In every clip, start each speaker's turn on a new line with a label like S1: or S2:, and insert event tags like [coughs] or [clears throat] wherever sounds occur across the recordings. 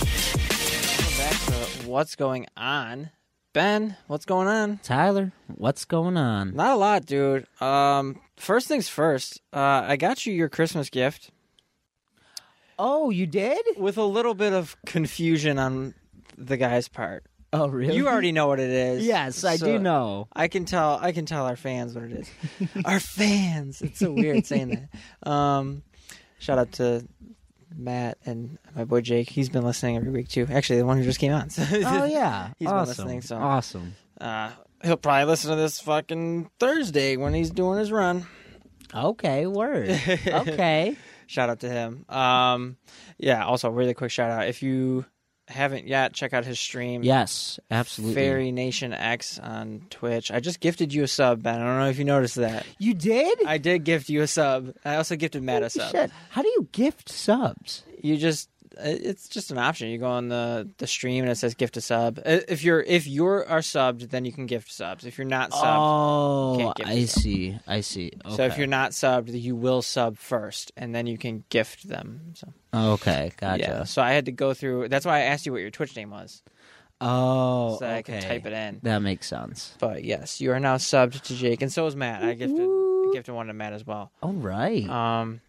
S1: Back to what's going on, Ben? What's going on?
S2: Tyler, what's going on?
S1: Not a lot, dude. Um, first things first. Uh, I got you your Christmas gift
S2: Oh, you did?
S1: with a little bit of confusion on the guy's part.
S2: Oh, really?
S1: You already know what it is.
S2: [laughs] Yes, I
S1: So-
S2: do know.
S1: I can tell. I can tell our fans what it
S2: [laughs]
S1: is. our fans. It's so weird saying that. Um, shout out to Matt and my boy Jake. He's been listening every week too. Actually, the one who just came on. [laughs] So
S2: Oh yeah,
S1: He's been
S2: awesome.
S1: listening, so-
S2: Awesome.
S1: Uh, he'll probably listen to this fucking Thursday when he's doing his run. [laughs]
S2: Okay, word. okay.
S1: Shout out to him. Um, yeah. Also, really quick shout out. If you haven't yet, check out his stream.
S2: Yes, absolutely.
S1: Fairy Nation X on Twitch. I just gifted you a sub, Ben. I don't know if you noticed that.
S2: You did?
S1: I did gift you a sub. I also gifted Matt a
S2: Holy
S1: sub.
S2: shit. How do you gift subs?
S1: You just it's just an option. You go on the the stream and it says gift a sub. I- If you're if you're are subbed, then you can gift subs. If you're not subbed,
S2: Oh,
S1: Can't gift
S2: I
S1: subs.
S2: see. I see. Okay.
S1: so if you're not subbed, you will sub first, and then you can gift them. So
S2: okay, gotcha.
S1: yeah. So I had to go through. That's why I asked you what your Twitch name was,
S2: Oh,
S1: so I can
S2: okay.
S1: type it in.
S2: That makes sense.
S1: But yes, you are now subbed to Jake, and so is Matt. I gifted I gifted one to Matt as well.
S2: All right.
S1: Um,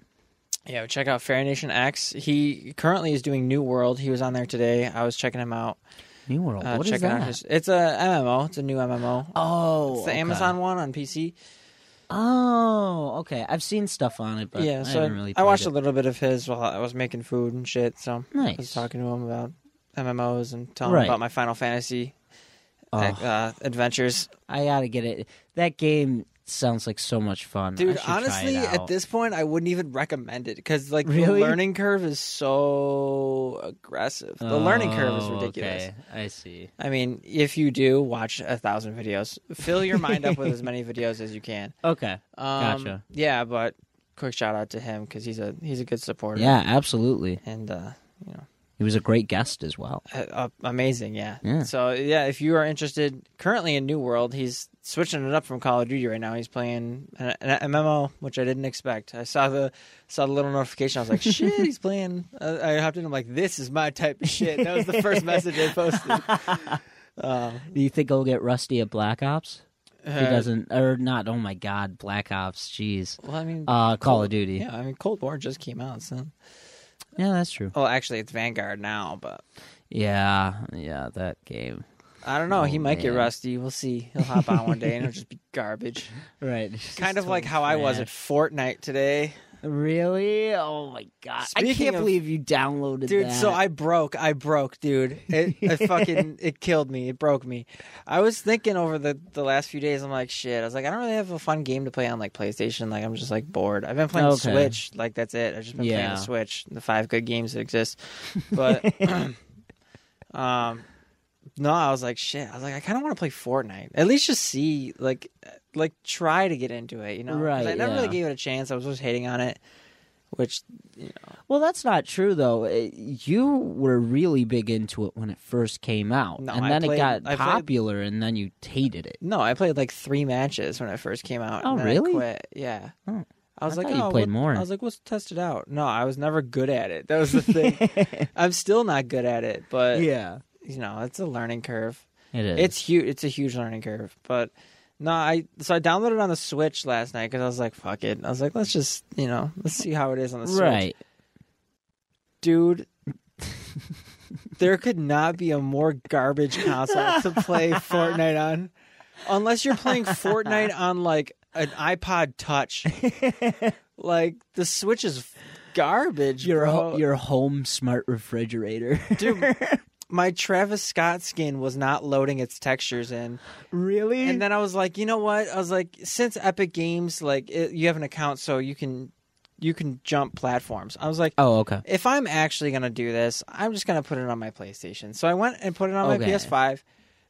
S1: yeah, check out Fairy Nation X. He currently is doing New World. He was on there today. I was checking him out.
S2: New World.
S1: Uh,
S2: what is
S1: checking
S2: that?
S1: out his. It's a MMO. It's a new MMO.
S2: Oh,
S1: it's the
S2: okay.
S1: Amazon one on PC.
S2: Oh, okay. I've seen stuff on it, but
S1: yeah,
S2: I
S1: so
S2: haven't really.
S1: I
S2: played
S1: watched a
S2: it.
S1: little bit of his while I was making food and shit. So I was
S2: Nice.
S1: talking to him about MMOs and telling
S2: Right.
S1: him about my Final Fantasy
S2: Oh,
S1: uh, adventures.
S2: I gotta get it. That game sounds like so much fun, I
S1: Dude,
S2: should try it
S1: honestly, at
S2: out.
S1: this point, I wouldn't even recommend it because like the
S2: Really?
S1: learning curve is so aggressive. The learning curve is
S2: Oh,
S1: ridiculous.
S2: okay. I see.
S1: I mean, if you do watch a thousand videos, fill your mind up with as [laughs] many videos as you can.
S2: Okay,
S1: Um,
S2: gotcha.
S1: Yeah, but quick shout out to him because he's a he's a good supporter.
S2: Yeah, absolutely.
S1: and uh, you know,
S2: He was a great guest as well.
S1: uh, amazing. Yeah.
S2: Yeah.
S1: So yeah, if you are interested, currently in New World, he's switching it up from Call of Duty right now. He's playing an, an MMO, which I didn't expect. I saw the saw the little notification. I was like, [laughs] shit, he's playing. Uh, I hopped in. I'm like, this is my type of shit. That was the first [laughs] message they posted. Um,
S2: Do you think he'll get rusty at Black Ops? [laughs] He
S1: uh,
S2: doesn't, or not? Oh my God, Black Ops. Jeez.
S1: Well, I mean,
S2: Uh, Call of Duty.
S1: yeah, I mean, Cold War just came out, so.
S2: Yeah, that's true.
S1: Well, actually, it's Vanguard now, but
S2: Yeah, yeah, that game.
S1: I don't know. he
S2: Oh,
S1: might get
S2: man.
S1: rusty. We'll see. He'll hop on one day and it'll just be garbage.
S2: [laughs] Right.
S1: kind
S2: [laughs]
S1: of like how I was at Fortnite today,
S2: Really? Oh my God! I
S1: Speaking
S2: can't
S1: of-
S2: believe you downloaded
S1: dude.
S2: that.
S1: So I broke. I broke, dude. It,
S2: [laughs]
S1: it fucking it killed me. It broke me. I was thinking over the the last few days. I'm like, shit. I was like, I don't really have a fun game to play on like PlayStation. Like, I'm just like bored. I've been playing
S2: Okay.
S1: Switch. Like, that's it. I've just been playing
S2: Yeah.
S1: the Switch. The five good games that
S2: [laughs]
S1: exist, but. [clears throat] Um, no, I was like, shit. I was like, I kind of want to play Fortnite. At least just see, like, like try to get into it. You know, 'Cause
S2: Right,
S1: I never
S2: yeah.
S1: really gave it a chance. I was just hating on it. Which
S2: Well, that's not true though. It- You were really big into it when it first came out,
S1: No,
S2: and
S1: I
S2: then
S1: played-
S2: it got
S1: I played-
S2: popular, and then you hated it.
S1: no, I played like three matches when it first came out.
S2: Oh,
S1: and then I
S2: really?
S1: quit. Yeah.
S2: Oh.
S1: I was
S2: I
S1: like,
S2: thought you
S1: oh,
S2: played
S1: what-
S2: more.
S1: I was like, let's test it out. No, I was never good at it. That was the
S2: [laughs]
S1: thing. I'm still not good at it, but
S2: yeah,
S1: you know, it's a learning curve.
S2: it is.
S1: It's huge. It's a huge learning curve. But no, I so I downloaded it on the Switch last night because I was like, fuck it. I was like, let's just you know, let's see how it is on the Switch, [laughs]
S2: right.
S1: dude. there could not be a more garbage console to play Fortnite on, unless you're playing Fortnite on like an iPod Touch. like the Switch is garbage.
S2: Your
S1: bro.
S2: ho- your home smart refrigerator. [laughs]
S1: dude. My Travis Scott skin was not loading its textures in.
S2: really?
S1: and then I was like, you know what? I was like, since Epic Games, like it, you have an account, so you can you can jump platforms. I was like,
S2: Oh, okay.
S1: if I'm actually gonna do this, I'm just gonna put it on my PlayStation. So I went and put it on
S2: Okay.
S1: my PS5.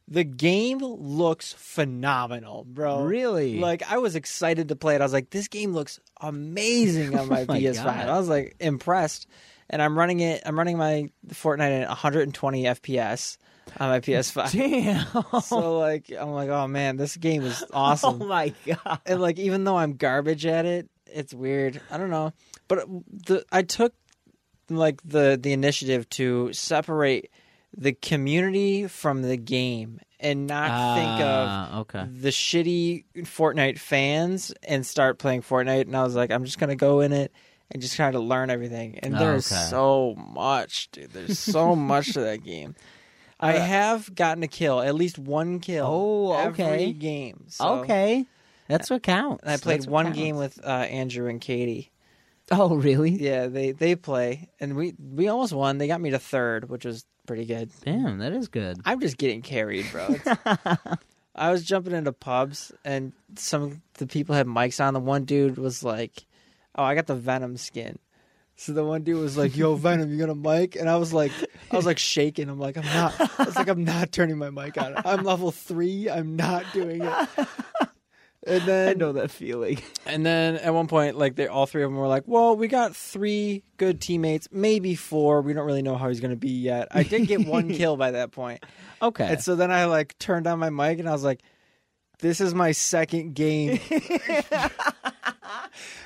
S1: The game looks phenomenal, bro.
S2: Really?
S1: [laughs] Like I was excited to play it. I was like, this game looks amazing
S2: [laughs]
S1: on my,
S2: Oh my
S1: PS5.
S2: God.
S1: I was like impressed. And I'm running it. I'm running my Fortnite at 120 FPS on my
S2: [laughs]
S1: PS5.
S2: Damn.
S1: So like, I'm like, oh man, this game is
S2: [laughs] Oh
S1: awesome
S2: my god.
S1: and like even though I'm garbage at it, it's weird. I don't know, but the I took like the the initiative to separate the community from the game and not think of
S2: Ah, okay.
S1: the shitty Fortnite fans and start playing Fortnite. And I was like, I'm just gonna go in it and just try to learn everything. And there's
S2: Okay.
S1: so much, dude. There's
S2: [laughs]
S1: so much to that game. I have gotten a kill, at least one kill.
S2: Uh, Oh, okay.
S1: Every game. So.
S2: okay. That's what counts.
S1: And I played
S2: That's what
S1: one
S2: counts.
S1: game with uh, Andrew and Katie.
S2: Oh, really?
S1: Yeah, they they play, and we we almost won. They got me to third, which was pretty good.
S2: Damn, that is good.
S1: I'm just getting carried, bro.
S2: [laughs]
S1: It's- I was jumping into pubs, and some of the people had mics on. The one dude was like, "Oh, I got the Venom skin." So the one dude was like,
S2: [laughs]
S1: "Yo, Venom, you gonna mic?" And I was like, I was like shaking. I'm like, I'm not. I was like, I'm not turning my mic on. I'm level three. I'm not doing
S2: [laughs]
S1: it. And then
S2: that feeling.
S1: And then at one point, like they all three of them were like, "Well, we got three good teammates, maybe four. We don't really know how he's going to be yet." I did get one kill by that point,
S2: Okay.
S1: and so then I like turned on my mic and I was like, "This is my second game."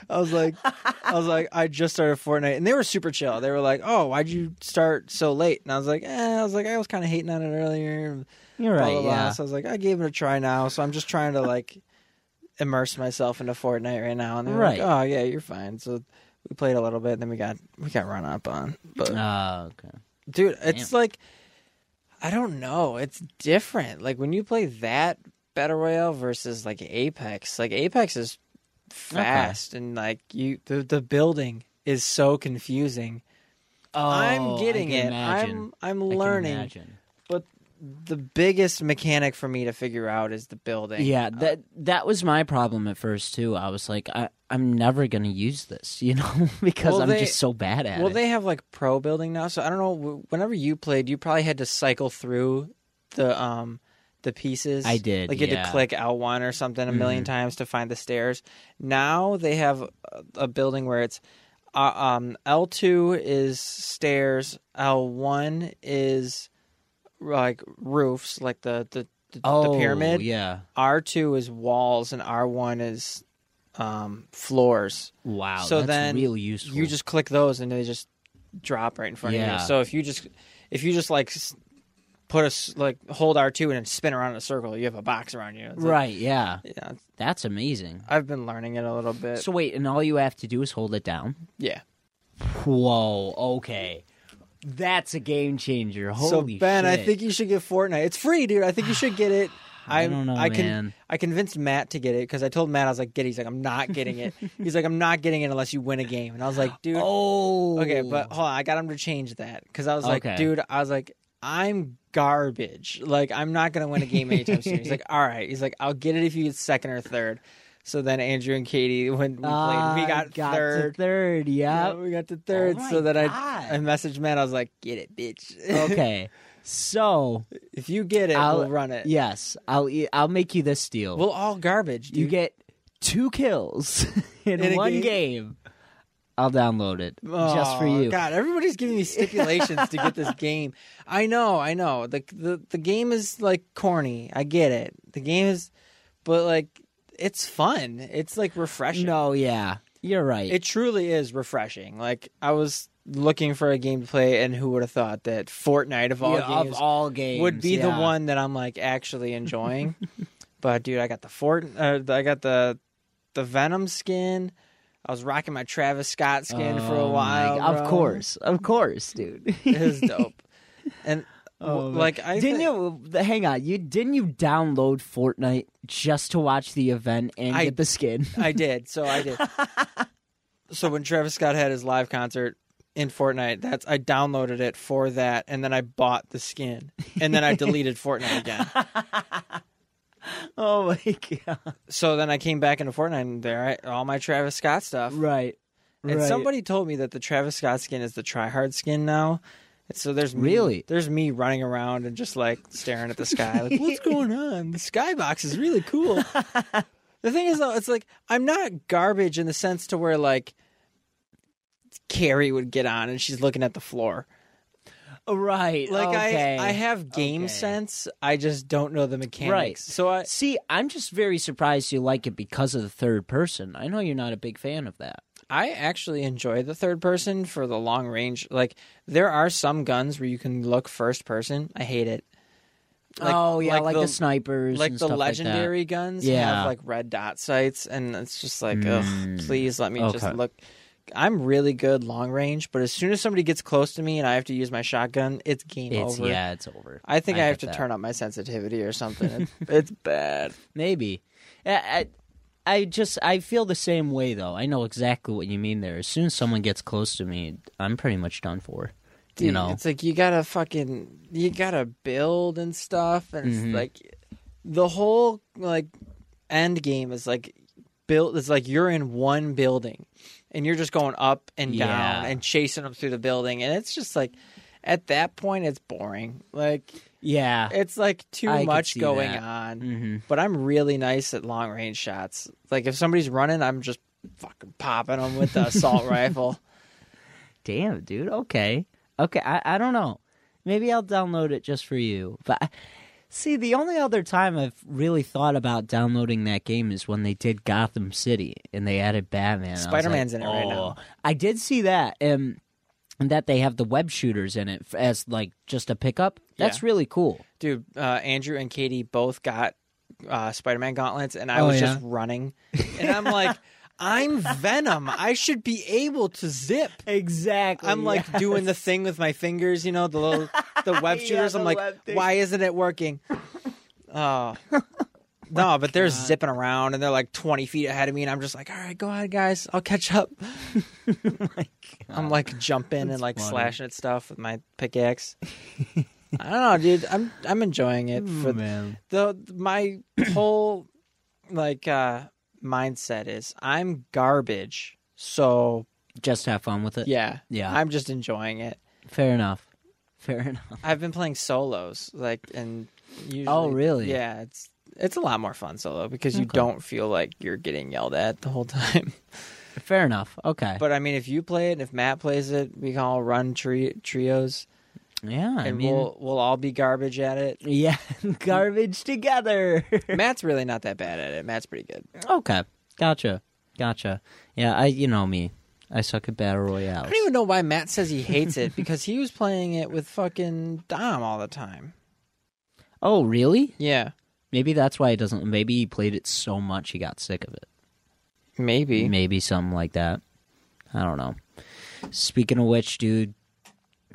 S1: I was like, I was like, I just started Fortnite, and they were super chill. They were like, "Oh, why'd you start so late?" And I was like, "Eh," I was like, "I was kind of hating on it earlier."
S2: You're
S1: blah,
S2: right.
S1: blah, blah.
S2: yeah.
S1: So I was like, I gave it a try now. So I'm just trying to like [laughs] immerse myself into Fortnite right now. And they're
S2: Right.
S1: like, oh yeah, you're fine. So we played a little bit, and then we got we got run up on. But
S2: Ah, okay.
S1: dude, it's like I don't know. It's different. Like when you play that battle royale versus like Apex. Like Apex is fast, and like you the the building is so confusing.
S2: Oh,
S1: I'm getting
S2: I
S1: it.
S2: can Imagine.
S1: I'm I'm
S2: I can
S1: learning
S2: imagine.
S1: but the biggest mechanic for me to figure out is the building.
S2: Yeah, that that was my problem at first too. I was like, I, I'm never gonna use this, [laughs] you know, because
S1: Well,
S2: I'm
S1: they-
S2: just so bad at
S1: Well,
S2: it.
S1: they have like pro building now, so I don't know. w- Whenever you played, you probably had to cycle through the um the pieces.
S2: I did,
S1: Like you had
S2: yeah. Mm-hmm.
S1: to click L one or something a 1000000 times to find the stairs. Now they have a, a building where it's uh, um L two is stairs, L one is like roofs, like the the, the,
S2: oh,
S1: the pyramid.
S2: Yeah.
S1: R two is walls and R one is um, floors.
S2: Wow.
S1: So
S2: that's
S1: then
S2: really useful.
S1: You just click those and they just drop right in front
S2: Yeah.
S1: of you. So if you just if you just like s- put a s- like hold R two and then spin around in a circle, you have a box around you. It's like-
S2: right. Yeah.
S1: yeah,
S2: That's amazing.
S1: I've been learning it a little bit.
S2: So wait, and all you have to do is hold it down.
S1: yeah.
S2: Whoa. Okay. That's a game changer. Holy
S1: so Ben, I
S2: shit.
S1: think you should get Fortnite. It's free, dude. I think you should get it.
S2: [sighs] I don't know,
S1: I can.
S2: man.
S1: I convinced Matt to get it because I told Matt I was like, "Get it." He's like, "I'm not getting it." He's like, "I'm not getting it unless you win a game." And I was like, "Dude,
S2: Oh.
S1: Okay, but hold on, I got him to change that because I was like,
S2: Okay.
S1: dude, I was like, I'm garbage. Like, I'm not gonna win a game anytime soon.
S2: [laughs]
S1: He's like, all right. He's like, I'll get it if you get second or third. So then Andrew and Katie, when we
S2: Ah,
S1: played, we got,
S2: to
S1: third.
S2: third.
S1: Yeah,
S2: Yeah.
S1: we got to third.
S2: my
S1: so then I,
S2: God.
S1: I messaged Matt. I was like, get it, bitch.
S2: okay. So
S1: [laughs] if you get it,
S2: I'll
S1: we'll run it.
S2: Yes, I'll e, I'll make you this deal.
S1: we'll all garbage. Dude.
S2: you get two kills [laughs] in,
S1: In a
S2: one
S1: game?
S2: game. I'll download it just for
S1: Aw,
S2: you.
S1: God, everybody's giving me stipulations to get this game. [laughs] I know, I know. The, the the game is like corny. I get it. The game is but like it's fun. It's like refreshing.
S2: No, yeah, you're right.
S1: It truly is refreshing. Like I was looking for a game to play and who would have thought that Fortnite of all
S2: Yeah,
S1: games
S2: of all games
S1: would be the
S2: yeah.
S1: one that I'm like
S2: [laughs]
S1: actually enjoying. but dude, I got the Fort, uh, I got the the Venom skin. I was rocking my Travis Scott skin for a
S2: Oh my
S1: while.
S2: God. Of
S1: bro.
S2: course, of course, dude. [laughs]
S1: it is dope. And
S2: Oh, man.
S1: like I
S2: didn't
S1: thi-
S2: you hang on? You didn't you download Fortnite just to watch the event and
S1: I-
S2: get
S1: [laughs]
S2: the skin? [laughs]
S1: I did. So I did. so when Travis Scott had his live concert in Fortnite, that's I downloaded it for that, and then I bought the skin, and then I
S2: [laughs]
S1: deleted Fortnite again.
S2: oh my god!
S1: So then I came back into Fortnite, and there I, all my Travis Scott stuff,
S2: Right.
S1: And
S2: Right.
S1: somebody told me that the Travis Scott skin is the tryhard skin now. And so there's me,
S2: Really?
S1: there's me running around and just like staring at the sky,
S2: [laughs]
S1: like what's going on? The skybox is really cool. the thing is though, it's like I'm not garbage in the sense to where like Carrie would get on and she's looking at the floor.
S2: Right.
S1: Like
S2: okay.
S1: I, I have game
S2: Okay.
S1: sense. I just don't know the mechanics.
S2: Right.
S1: So I,
S2: See, I'm just very surprised you like it because of the third person. I know you're not a big fan of that.
S1: I actually enjoy the third person for the long range. Like there are some guns where you can look first person. I hate it. Like-
S2: oh yeah, like, the,
S1: the-
S2: snipers,
S1: like
S2: and
S1: the
S2: stuff
S1: legendary guns
S2: Yeah. Mm.
S1: have like red dot sights, and it's just like, ugh, please let me just
S2: Okay.
S1: look. I'm really good long range, but as soon as somebody gets close to me and I have to use my shotgun, it's game
S2: Like that. It's
S1: over.
S2: yeah, it's over.
S1: I think I, have
S2: get
S1: to
S2: that.
S1: turn up my sensitivity or something. It- it's [laughs] bad.
S2: Maybe. I, I, I just I feel the same way though. I know exactly what you mean there. As soon as someone gets close to me, I'm pretty much done for.
S1: Dude,
S2: you know.
S1: it's like you gotta fucking you gotta build and stuff and it's
S2: Mm-hmm.
S1: like the whole like end game is like built it's like you're in one building and you're just going up and down
S2: Yeah.
S1: and chasing them through the building and it's just like at that point it's boring like
S2: yeah.
S1: it's like too
S2: I could
S1: much
S2: see
S1: going
S2: that.
S1: on
S2: Mhm.
S1: but i'm really nice at long range shots like if somebody's running i'm just fucking popping them with the
S2: [laughs]
S1: assault rifle
S2: Damn, dude. Okay. Okay. I, I don't know. Maybe I'll download it just for you. But I- see, the only other time I've really thought about downloading that game is when they did Gotham City and they added Batman. I was like,
S1: Spider-Man's in it right
S2: "Oh."
S1: now.
S2: I did see that. And. And that they have the web shooters in it f- as like just a pickup. That's
S1: Yeah.
S2: really cool.
S1: dude uh, andrew and katie both got uh, spider-man gauntlets and i
S2: Oh,
S1: was
S2: yeah?
S1: just
S2: [laughs]
S1: running and i'm like i'm venom i should be able to zip
S2: Exactly. [laughs]
S1: i'm [laughs] like doing the thing with my fingers you know the little the web
S2: Yeah,
S1: shooters i'm
S2: the
S1: like
S2: web thing.
S1: why isn't it
S2: [laughs]
S1: working oh no but they're zipping around and they're like 20 feet ahead of me and i'm just like all right go ahead guys i'll catch
S2: [laughs]
S1: up i'm like jumping and like
S2: funny.
S1: slashing at stuff with my
S2: [laughs]
S1: pickaxe i don't know dude i'm i'm enjoying it for
S2: man.
S1: the my [clears throat] whole like uh mindset is I'm garbage. So
S2: Just have fun with it.
S1: yeah.
S2: Yeah.
S1: I'm just enjoying it.
S2: Fair enough. Fair enough.
S1: I've been playing solos, like and usually
S2: Oh, really?
S1: Yeah, it's it's a lot more fun solo because you don't feel like you're getting yelled at the whole [laughs] time.
S2: Fair enough. Okay.
S1: But I mean if you play it and if Matt plays it, we can all run tri- trios
S2: yeah. I
S1: and
S2: mean,
S1: we'll we'll all be garbage at it. [laughs]
S2: Yeah, garbage together.
S1: Matt's really not that bad at it. Matt's pretty good.
S2: okay, gotcha, gotcha. Yeah, I you know me, I suck at battle royales.
S1: I don't even know why Matt says he hates it because he was playing it with fucking Dom all the time.
S2: Oh, really?
S1: Yeah,
S2: Maybe that's why he doesn't. Maybe he played it so much he got sick of it.
S1: maybe.
S2: Maybe something like that. I don't know. Speaking of which, dude,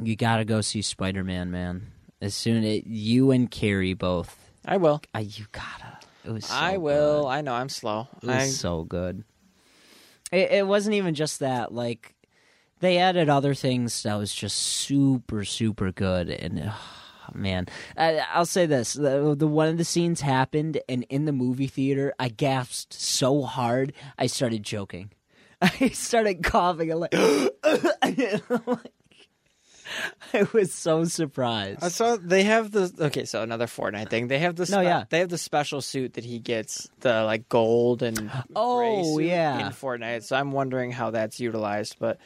S2: you gotta go see Spider Man, man. As soon as you and Carrie both,
S1: I will.
S2: uh, you gotta. It was. So
S1: I will.
S2: good.
S1: I know I'm slow.
S2: It was
S1: I,
S2: so good. It, it wasn't even just that. Like they added other things that was just super, super good. And ah, man, I, I'll say this: the, the one of the scenes happened, and in the movie theater, I gasped so hard I started joking. [laughs] I started coughing. I'm like, [gasps] [laughs] I was so surprised.
S1: I saw they have the okay. So another Fortnite thing. They have the
S2: No,
S1: spe-
S2: yeah.
S1: They have the special suit that he gets the like gold and gray
S2: Oh,
S1: suit
S2: yeah.
S1: in Fortnite. So I'm wondering how that's utilized. But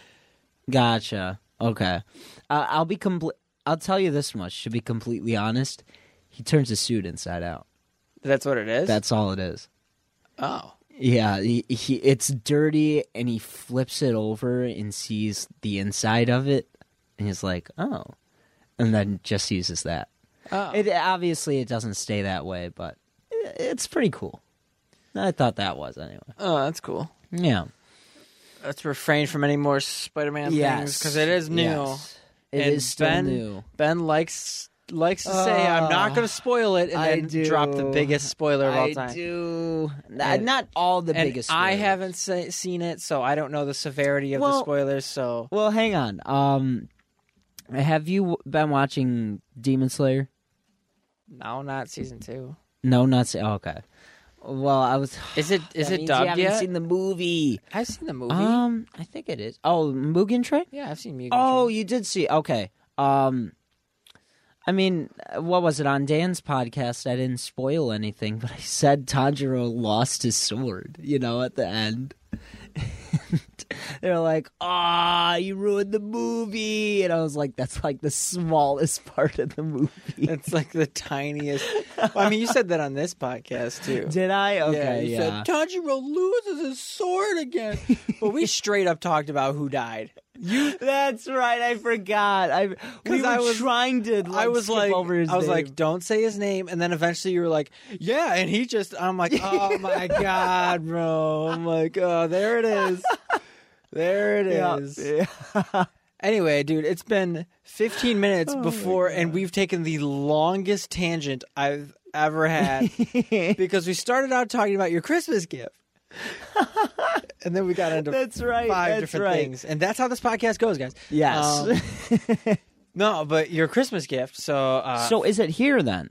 S2: Gotcha. Okay. Uh, I'll be complete. I'll tell you this much. To be completely honest, he turns his suit inside out.
S1: that's what it is.
S2: That's all it is.
S1: oh
S2: Yeah, he, he it's dirty, and he flips it over and sees the inside of it, and he's like, "Oh," and then just uses that.
S1: oh.
S2: It obviously it doesn't stay that way, but i- it's pretty cool. I thought that was anyway.
S1: oh, that's cool.
S2: Yeah.
S1: Let's refrain from any more Spider-Man things because it is new.
S2: Yes. It is
S1: And
S2: still
S1: Ben-
S2: new.
S1: Ben likes likes to say I'm not
S2: Uh,
S1: going to spoil it, and
S2: I
S1: then drop the
S2: do.
S1: biggest spoiler of all
S2: I
S1: time.
S2: do. N-
S1: And-
S2: not all the
S1: and
S2: biggest.
S1: I
S2: spoilers.
S1: haven't se- seen it, so I don't know the severity of the
S2: Well-
S1: spoilers. So
S2: Well, hang on. Um, have you w- been watching Demon Slayer?
S1: no, not season two.
S2: No, not say. Oh, okay. Well, I was.
S1: Is it is
S2: That
S1: it
S2: means you
S1: dubbed
S2: haven't
S1: yet?
S2: seen the movie.
S1: I've seen the movie.
S2: Um, I think it is. Oh, Mugen Train.
S1: yeah, I've seen Mugen.
S2: Oh, you did see. Okay. Um, I mean, uh, what was it on Dan's podcast? I didn't spoil anything, [laughs] but I said Tanjiro lost his sword. You know, at the end. They're like, "Ah, you ruined the movie," and I was like, "That's like the smallest [laughs] part of the movie."
S1: [laughs] Train. it's like the tiniest. Well, I mean, you said that on this podcast too.
S2: Did I?
S1: yeah,
S2: Okay,
S1: you
S2: [laughs] yeah.
S1: said Tanjiro loses his sword
S2: [laughs]
S1: again. but we straight up talked about who died.
S2: That's right. I forgot. I we
S1: 'Cause
S2: were
S1: I was-
S2: trying to. Like,
S1: I was
S2: skip
S1: like,
S2: over his
S1: I was
S2: name.
S1: like, don't say his name, and then eventually you were like, yeah, and he just, I'm
S2: [laughs]
S1: like, oh my god, bro, I'm like, oh, there it is, there it
S2: Yeah.
S1: is. Anyway, dude, it's been 15
S2: Oh
S1: minutes before, and we've taken the longest tangent I've ever
S2: [laughs]
S1: had because we started out talking about your Christmas gift, and then we got into
S2: That's right.
S1: five
S2: that's
S1: different
S2: right.
S1: things, and that's how this podcast goes, guys.
S2: Yes. [laughs]
S1: Um, no, but your Christmas gift. So, uh,
S2: so is it here then?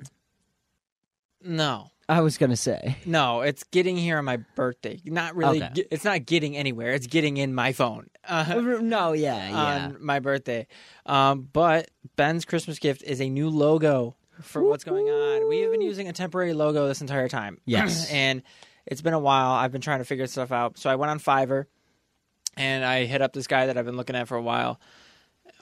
S1: no.
S2: I was
S1: [laughs]
S2: gonna say.
S1: No, it's getting here on my birthday. Not really.
S2: Okay.
S1: ge- It's not getting anywhere. It's getting in my phone uh,
S2: No. Yeah. Yeah.
S1: on my birthday. Um, but Ben's Christmas gift is a new logo for what's going on. We have been using a temporary logo this entire time. [clears throat]
S2: Yes.
S1: and it's been a while. I've been trying to figure stuff out. So I went on Fiverr and I hit up this guy that I've been looking at for a while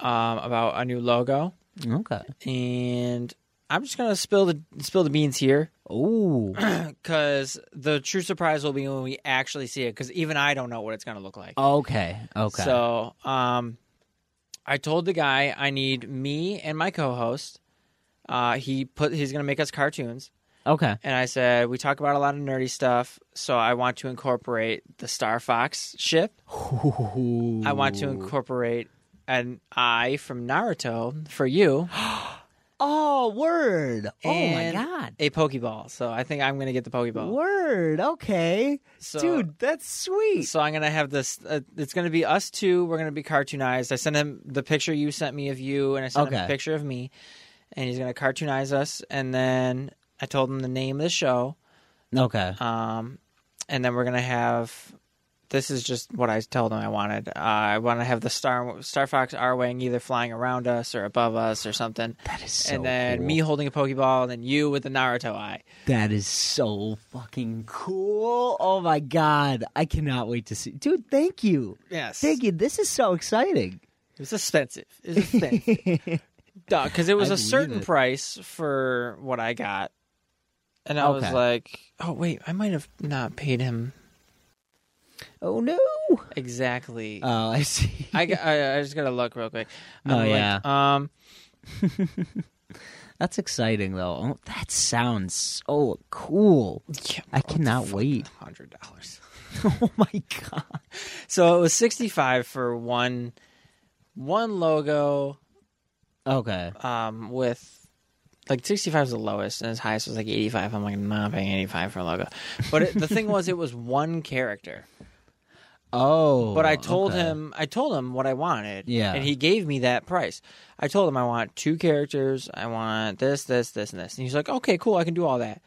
S1: um, about a new logo.
S2: okay.
S1: And I'm just gonna spill the spill the beans here
S2: Ooh.
S1: because the true surprise will be when we actually see it. Because even I don't know what it's going to look like.
S2: Okay. Okay.
S1: So, um, I told the guy I need me and my co-host. Uh, he put he's going to make us cartoons,
S2: okay.
S1: and I said we talk about a lot of nerdy stuff. So I want to incorporate the Star Fox ship. I want to incorporate an eye from Naruto for you,
S2: Oh, word.
S1: and
S2: [gasps] oh my
S1: a Pokeball. So I think I'm going to get the
S2: god.
S1: Pokeball.
S2: Word. Okay.
S1: So-
S2: Dude, that's sweet.
S1: So I'm gonna have this. Uh, it's gonna be us two. We're gonna be cartoonized. I sent him the picture you sent me of you, and I sent him a
S2: Okay.
S1: picture of me, and he's gonna cartoonize us. And then I told him the name of the show.
S2: okay.
S1: Um, and then we're gonna have. This is just what I told him I wanted. Uh, I want to have the star Star Fox R wing either flying around us or above us or something,
S2: That is so
S1: and then
S2: cool.
S1: me holding a Pokeball, and then you with the Naruto eye.
S2: That is so fucking cool. Oh my god. I cannot wait to see. Dude, thank you.
S1: Yes,
S2: Thank you. This is so exciting. [laughs]
S1: It was expensive. It was expensive. Because it was
S2: I
S1: a
S2: believe
S1: certain
S2: it.
S1: price for what I got. And I was
S2: Okay.
S1: like, oh, wait, I might have not paid him
S2: Oh no.
S1: exactly.
S2: Oh, I see.
S1: Uh, I, g- I- I just got to look real quick.
S2: [laughs] Oh,
S1: I'm like,
S2: yeah.
S1: um,
S2: That's exciting though. Oh, that sounds so cool.
S1: yeah,
S2: I cannot wait.
S1: $100.
S2: [laughs] Oh my god.
S1: So it was 65 for one one logo
S2: Okay.
S1: um, with. Like sixty five is the lowest, and his highest was like eighty five. I'm like, "Nah, I'm not paying eighty five for a logo, but it, the thing was, it was one character.
S2: Oh.
S1: But I told
S2: okay.
S1: him, I told him what I wanted.
S2: Yeah.
S1: And he gave me that price. I told him I want two characters. I want this, this, this, and this. And he's like, okay, cool. I can do all that.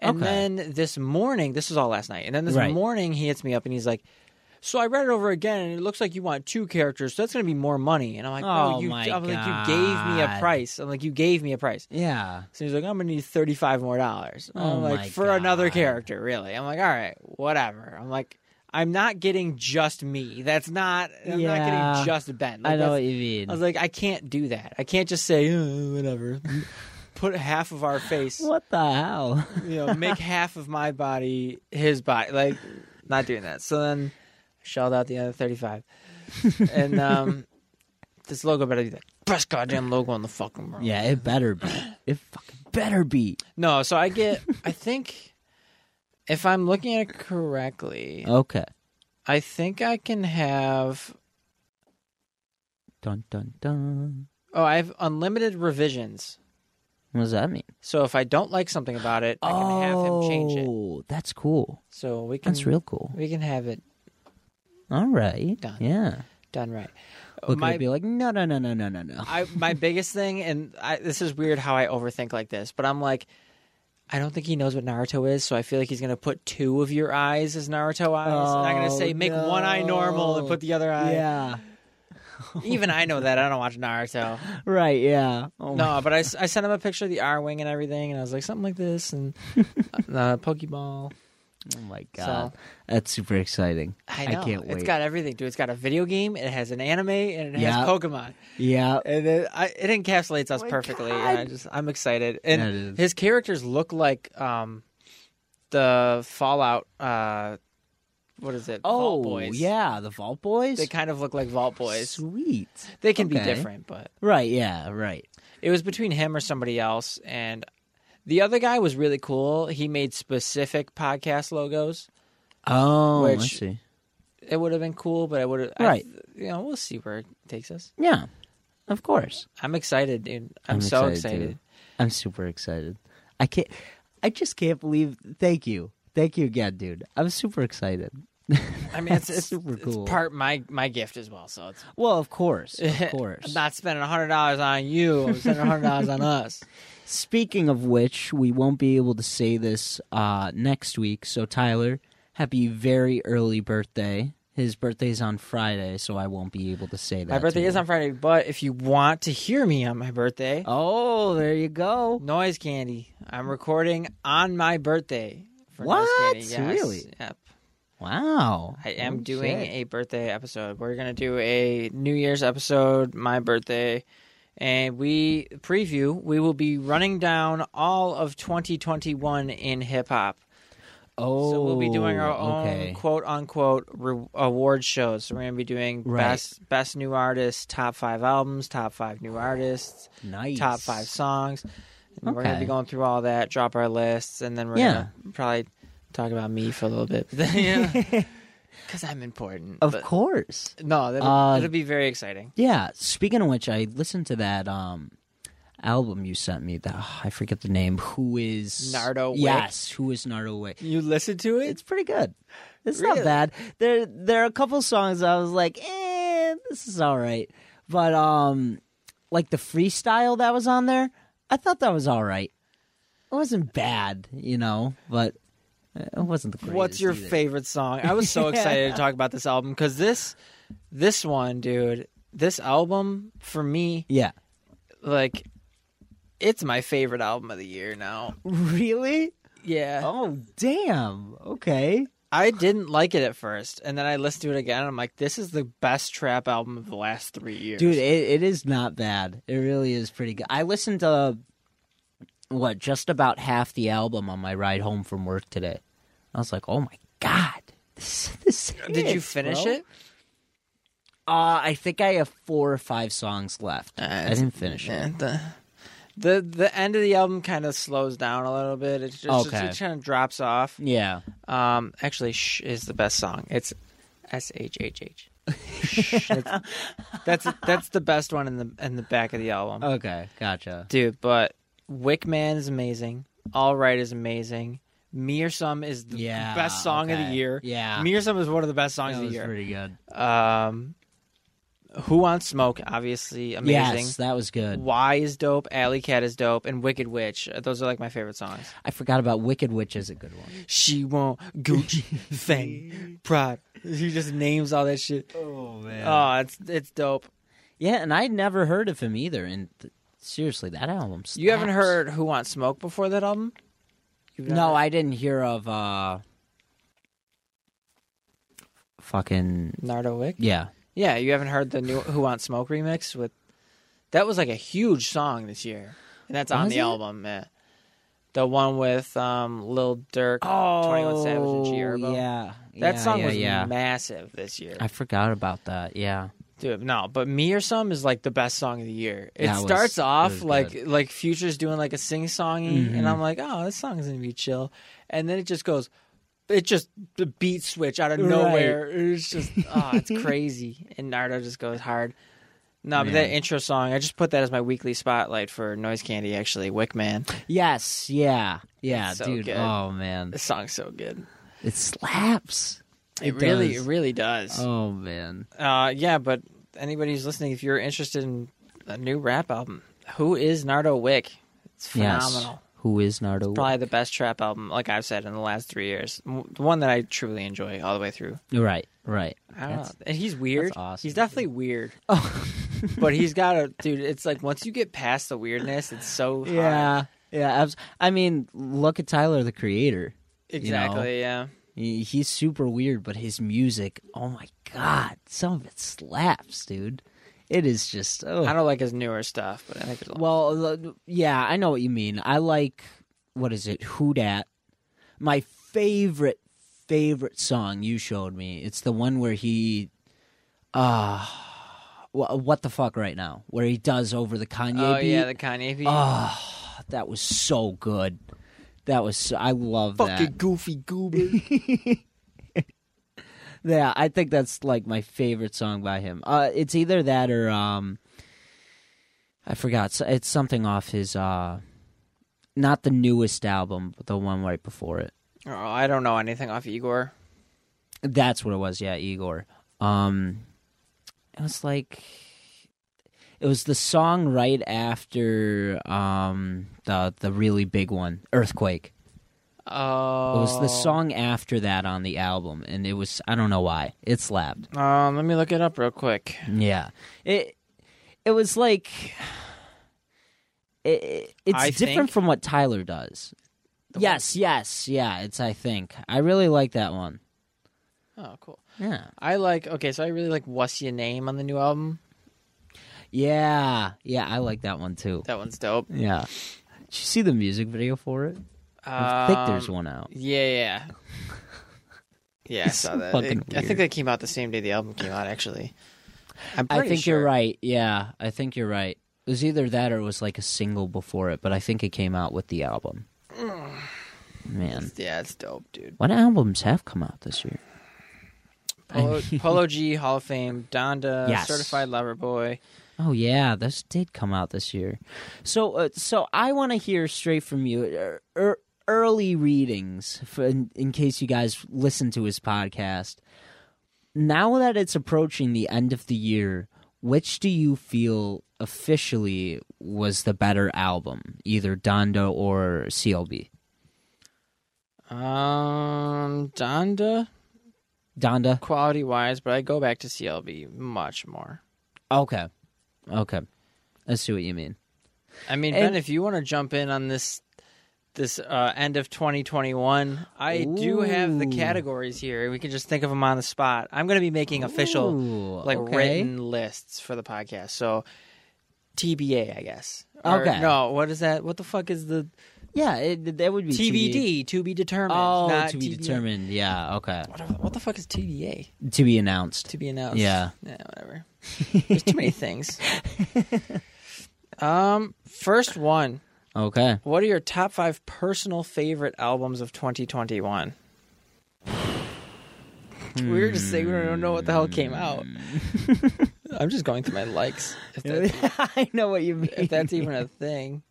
S1: And
S2: Okay.
S1: then this morning, this was all last night. And then this
S2: Right.
S1: morning, he hits me up and he's like, so I read it over again, and it looks like you want two characters. So that's going to be more money. And I'm like, no,
S2: Oh,
S1: you.
S2: my
S1: I'm like, you gave me a
S2: God.
S1: price. I'm like, you gave me a price.
S2: Yeah.
S1: So he's like, I'm gonna need thirty five more dollars. I'm
S2: Oh my
S1: like, for another
S2: God.
S1: character, really. I'm like, all right, whatever. I'm like, I'm not getting just me. That's not. I'm not
S2: Yeah.
S1: getting just Ben. Like,
S2: I know
S1: that's-
S2: what you mean.
S1: I was like, I can't do that. I can't just say "Uh, whatever. [laughs] Put half of our face,
S2: what the
S1: [laughs]
S2: hell?
S1: you know, make half of my body his body. Like, not doing that. So then, I shelled out the other thirty five, and um, [laughs] this logo better be the best goddamn logo in the fucking world.
S2: yeah, it better be. It fucking better be.
S1: No, so I get. I think if I'm looking at it correctly,
S2: Okay.
S1: I think I can have.
S2: Dun dun dun.
S1: Oh, I have unlimited revisions.
S2: What does that mean?
S1: So if I don't like something about it, I can have him change it. Mm.
S2: Oh, That's cool.
S1: So we can.
S2: That's real cool.
S1: We can have it
S2: All right.
S1: Done.
S2: Yeah.
S1: done right.
S2: Look,
S1: Uh, my
S2: I'd be like, no, no, no, no, no, no, no.
S1: I my biggest thing, and I, this is weird how I overthink like this, but I'm like, I don't think he knows what Naruto is, so I feel like he's gonna put two of your eyes as Naruto eyes. and I'm gonna
S2: Oh,
S1: say make one eye normal and put the other eye.
S2: Yeah.
S1: Even I know that. I don't watch Naruto.
S2: Right. Yeah.
S1: [laughs]
S2: Oh,
S1: No, but I, s- I sent him a picture of the R wing and everything, and I was like something like this and uh, Pokeball.
S2: my, oh my
S1: So-
S2: god, that's super exciting.
S1: I know.
S2: can't wait.
S1: It's got everything, dude. It's got a video game, it has an anime, and it
S2: Yeah.
S1: has Pokemon.
S2: yeah.
S1: And it, I, it encapsulates us
S2: My
S1: perfectly.
S2: God.
S1: And I just I'm excited.
S2: Yeah, it
S1: And
S2: is.
S1: his characters look like um the Fallout uh what is it?
S2: Oh
S1: Vault Boys.
S2: yeah, the Vault Boys.
S1: They kind of look like Vault Boys.
S2: Sweet.
S1: They can be
S2: Okay.
S1: different, but
S2: Right. Yeah. Right.
S1: it was between him or somebody else and the other guy was really cool. He made specific podcast logos.
S2: Oh,
S1: Which-
S2: I see.
S1: It would have been cool, but I would have
S2: Right.
S1: you know, we'll see where it takes us.
S2: Yeah. Of course.
S1: I'm excited, dude. I'm,
S2: I'm
S1: so
S2: excited, too.
S1: excited.
S2: I'm super excited. I can't. I just can't believe. Thank you. Thank you again, dude. I'm super excited.
S1: I mean, it's,
S2: [laughs] That's
S1: it's
S2: super
S1: it's
S2: cool.
S1: part my my gift as well, so it's
S2: Well, of
S1: [laughs]
S2: course, of course.
S1: I'm not spending hundred dollars on you. I'm spending hundred dollars on
S2: [laughs]
S1: us.
S2: Speaking of which, we won't be able to say this uh, next week. So, Tyler, happy very early birthday. His birthday's on Friday, so I won't be able to say that.
S1: My birthday
S2: to
S1: is
S2: you.
S1: on Friday, but if you want to hear me on my birthday,
S2: Oh, there you go.
S1: noise candy. I'm recording on my birthday. For
S2: What?
S1: Noise candy. Yes.
S2: Really?
S1: Yep.
S2: Wow.
S1: I am
S2: Oh,
S1: doing
S2: shit.
S1: a birthday episode. We're gonna do a New Year's episode, my birthday, and we preview. We will be running down all of 2021 in hip hop.
S2: Oh,
S1: So we'll be doing our own
S2: okay.
S1: quote unquote re- award shows. So we're gonna be doing
S2: Right.
S1: best best new artists, top five albums, top five new artists,
S2: nice
S1: top five songs. And We're gonna
S2: Okay.
S1: be going through all that, drop our lists, and then we're
S2: Yeah.
S1: gonna probably talk about me for a little
S2: [laughs]
S1: bit. [laughs] Because I'm important.
S2: Of
S1: but-
S2: course.
S1: No, that'll,
S2: Uh,
S1: that'll be very exciting.
S2: Yeah. Speaking of which, I listened to that um album you sent me. That I forget the name. Who is
S1: Nardo Wick?
S2: Yes. Who is Nardo Wick?
S1: You listen to
S2: It's pretty good. It's not
S1: Really?
S2: bad. There there are a couple songs I was like, eh, this is all right. But um like the freestyle that was on there, I thought that was all right. It wasn't bad, you know, but it wasn't the greatest.
S1: What's your
S2: either.
S1: favorite song? I
S2: [laughs]
S1: was so excited to talk about this album because this, this one, dude, this album for me, [laughs]
S2: Yeah.
S1: like, it's my favorite album of the year now.
S2: Really?
S1: Yeah,
S2: Oh damn. Okay.
S1: I didn't like it at first, and then I listened to it again, and I'm like, this is the best trap album of the last three years,
S2: Dude, it, it is not bad. It really is pretty good. I listened to what just about half the album on my ride home from work today. I was like, "Oh my god, this this."
S1: Did you
S2: hits,
S1: finish
S2: bro."
S1: it?
S2: Uh, I think I have four or five songs left. I didn't finish it.
S1: the, the the end of the album kind of slows down a little bit. It just,
S2: Okay.
S1: it kind of drops off.
S2: Yeah.
S1: Um, actually, "Shh" is the best song. It's S H H
S2: [laughs]
S1: H. Shh. That's that's that's the best one in the in the back of the album,
S2: Okay. Gotcha.
S1: dude. But Wickman is amazing. All right is amazing. Mearsome is the
S2: Yeah,
S1: best song of the
S2: okay.
S1: year.
S2: Yeah.
S1: Mearsome is one of the best songs of
S2: That
S1: the
S2: was
S1: year.
S2: pretty good.
S1: Um, Who wants smoke? Obviously, amazing.
S2: Yes, that was good.
S1: Why is dope. Alley Cat is dope, and Wicked Witch. Uh, Those are like my favorite songs.
S2: I forgot about Wicked Witch is a good one.
S1: She want Gucci, [laughs] Fang, Prada. He just names all that shit.
S2: Oh man.
S1: Oh, it's it's dope.
S2: yeah, and I'd never heard of him either. And th- seriously, that album. Slaps.
S1: You haven't heard Who Wants Smoke before that album? You've never-
S2: No, I didn't hear of uh fucking
S1: Nardo Wick.
S2: yeah.
S1: Yeah, you haven't heard the new Who Wants Smoke remix with. That was like a huge song this year, and that's on
S2: Was
S1: the
S2: it?
S1: album. Yeah. The one with um, Lil Durk, 21 Savage, and G Herbo.
S2: Oh, Yeah.
S1: That
S2: yeah,
S1: song
S2: yeah,
S1: was
S2: yeah.
S1: massive this year.
S2: I forgot about that. Yeah.
S1: Dude, no, but Me or Some is like the best song of the year. It
S2: That was-
S1: starts
S2: it
S1: off
S2: was
S1: like
S2: good. Mm-hmm.
S1: like Future's doing like a sing songy, and I'm like, oh, this song's gonna be chill, and then it just goes, it just the beat switch out of
S2: Right.
S1: nowhere. It's just oh, it's crazy, and Nardo just goes hard. No, but that
S2: Man.
S1: intro song, I just put that as my weekly spotlight for Noise Candy. Actually, Wickman,
S2: [laughs] Yes, yeah. Yeah,
S1: It's so
S2: dude.
S1: good.
S2: Oh man.
S1: this song's so good.
S2: It slaps.
S1: It, really,
S2: does.
S1: it really does.
S2: Oh man.
S1: Uh, yeah, but anybody who's listening, if you're interested in a new rap album, who is Nardo Wick? It's
S2: Yes.
S1: phenomenal.
S2: who is Nardo?
S1: Probably the best trap album, like I've said in the last three years. M- The one that I truly enjoy all the way through.
S2: right, right.
S1: I don't know.
S2: That's-
S1: And he's weird.
S2: awesome,
S1: he's
S2: dude.
S1: definitely weird.
S2: [laughs] Oh,
S1: but he's got a dude. It's like once you get past the weirdness, it's so hard.
S2: yeah, yeah. abs- I mean, look at Tyler the Creator.
S1: exactly. Yeah,
S2: He- He's super weird, but his music, oh my god, some of it slaps, dude. It is just oh.
S1: I don't like his newer stuff, but I think it's
S2: Well, the- yeah, I know what you mean. I like what is it? Who dat? My favorite favorite song you showed me. It's the one where he uh wha- what the fuck right now? Where he does over the Kanye
S1: oh
S2: beat. Oh,
S1: yeah, the Kanye beat.
S2: that was so good. That was so, I love that.
S1: goofy goober.
S2: [laughs] Yeah, I think that's like my favorite song by him. Uh, it's either that or um, I forgot. So- It's something off his uh, not the newest album, but the one right before it.
S1: oh, I don't know anything off Igor.
S2: That's what it was. Yeah, Igor. Um, it was like it was the song right after um the the really big one, Earthquake.
S1: Oh,
S2: It was the song after that on the album, and it was I don't know why it slapped.
S1: Um, let me look it up real quick.
S2: Yeah. It it was like it, it- it's
S1: I
S2: different
S1: think-
S2: from what Tyler does.
S1: The
S2: yes, yes, yeah, it's I think. I really like that one.
S1: Oh, cool.
S2: Yeah.
S1: I like. Okay, so I really like "What's Your Name" on the new album.
S2: Yeah. Yeah, I like that one too.
S1: That one's dope.
S2: Yeah. Did you see the music video for it? I think there's
S1: Um,
S2: one out.
S1: Yeah, yeah. Yeah, I saw that.
S2: fucking
S1: It- I
S2: weird.
S1: think that came out the same day the album came out. Actually, I'm
S2: I
S1: pretty
S2: think
S1: sure.
S2: you're right. Yeah, I think you're right. It was either that or it was like a single before it, but I think it came out with the album. Man,
S1: Yeah, it's dope,
S2: [laughs]
S1: dude.
S2: what albums have come out this year?
S1: Polo, Polo G Hall of Fame, Donda,
S2: Yes.
S1: Certified Lover Boy.
S2: Oh yeah, this did come out this year. So uh, so I want to hear straight from you er, er, early readings for, in, in case you guys listen to his podcast. Now that it's approaching the end of the year, which do you feel officially was the better album, either Donda or CLB?
S1: Um, Donda
S2: Donda.
S1: quality wise, but I go back to CLB much more.
S2: Okay. Okay. I see what you mean.
S1: I mean,
S2: And-
S1: Ben, if you want to jump in on this this uh, end of 2021, I do have the
S2: Ooh.
S1: categories here. We can just think of them on the spot. I'm going to be making official
S2: Ooh,
S1: like
S2: okay.
S1: written lists for the podcast. So TBA, I guess. Or,
S2: Okay.
S1: No, what is that? What the fuck is the
S2: Yeah, it, that would be TBD.
S1: TBD to be determined?
S2: Oh,
S1: not
S2: to be
S1: TBA.
S2: determined. Yeah, okay.
S1: What, what the fuck is TBA?
S2: To be announced.
S1: To be announced.
S2: Yeah.
S1: Yeah, whatever. There's too many
S2: [laughs]
S1: things. Um, first one.
S2: Okay.
S1: What are your top five personal favorite albums of 2021? We were just saying we don't know what the hell came out. Hmm. I'm just going through my likes. If, that,
S2: [laughs] I know what you
S1: if that's even [laughs] a thing.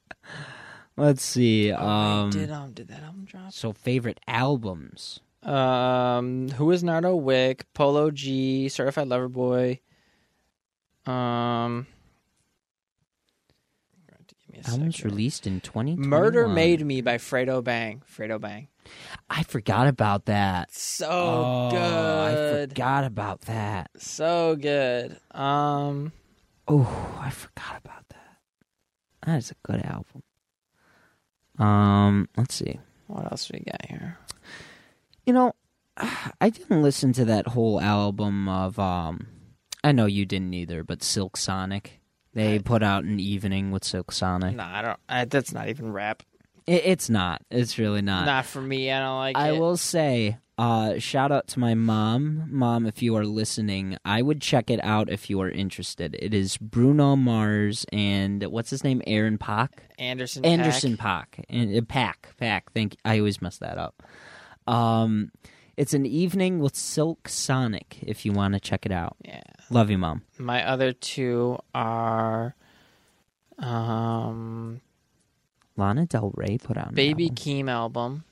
S2: Let's see.
S1: Oh, wait,
S2: Um,
S1: did um did that album drop?
S2: so favorite albums.
S1: Um, who is Nardo Wick? Polo G, Certified Lover Boy. Um, you're going to have to give me a
S2: Albums
S1: second.
S2: released in 20.
S1: Murder Made Me by Fredo Bang. Fredo Bang.
S2: I forgot about that. Oh,
S1: So
S2: I
S1: good.
S2: forgot about that.
S1: So good. Um,
S2: Oh, I forgot about that. That is a good album. Um, let's see.
S1: what else we got here?
S2: You know, [sighs] I didn't listen to that whole album of um I know you didn't either, but Silk Sonic. They
S1: I-
S2: put out an evening with Silk Sonic.
S1: Nah, I don't. I, that's not even rap.
S2: It, it's not. It's really not.
S1: not for me. I don't like
S2: Uh, I
S1: it.
S2: will say, uh shout out to my mom. Mom, if you are listening, I would check it out if you are interested. It is Bruno Mars and what's his name? Aaron Pak?
S1: Anderson.
S2: Anderson
S1: Paak.
S2: Pack. And uh, Pack. Pack. Thank I always mess that up. Um it's an evening with Silk Sonic if you want to check it out.
S1: Yeah.
S2: Love you, mom.
S1: My other two are, um,
S2: Lana Del Rey put out an
S1: Baby
S2: album.
S1: Keem album.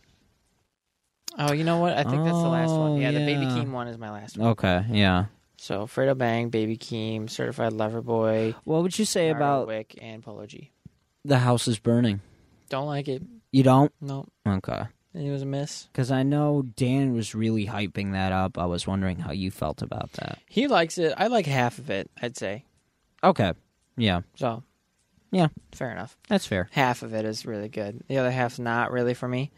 S1: Oh, you know what? I think that's the last
S2: Oh,
S1: one. Yeah, the Baby
S2: yeah.
S1: Keem one is my last one.
S2: Okay, yeah.
S1: So Fredo Bang, Baby Keem, Certified Lover Boy,
S2: What would you say
S1: Nardo
S2: about
S1: Wick, and Polo G.
S2: The House is Burning?
S1: Don't like it.
S2: You don't?
S1: No,
S2: Okay.
S1: it was a miss.
S2: Because I know Dan was really hyping that up. I was wondering how you felt about that.
S1: He likes it. I like half of it. I'd say
S2: Okay. Yeah,
S1: so.
S2: Yeah.
S1: fair enough.
S2: that's fair.
S1: Half of it is really good. The other half's not really for me.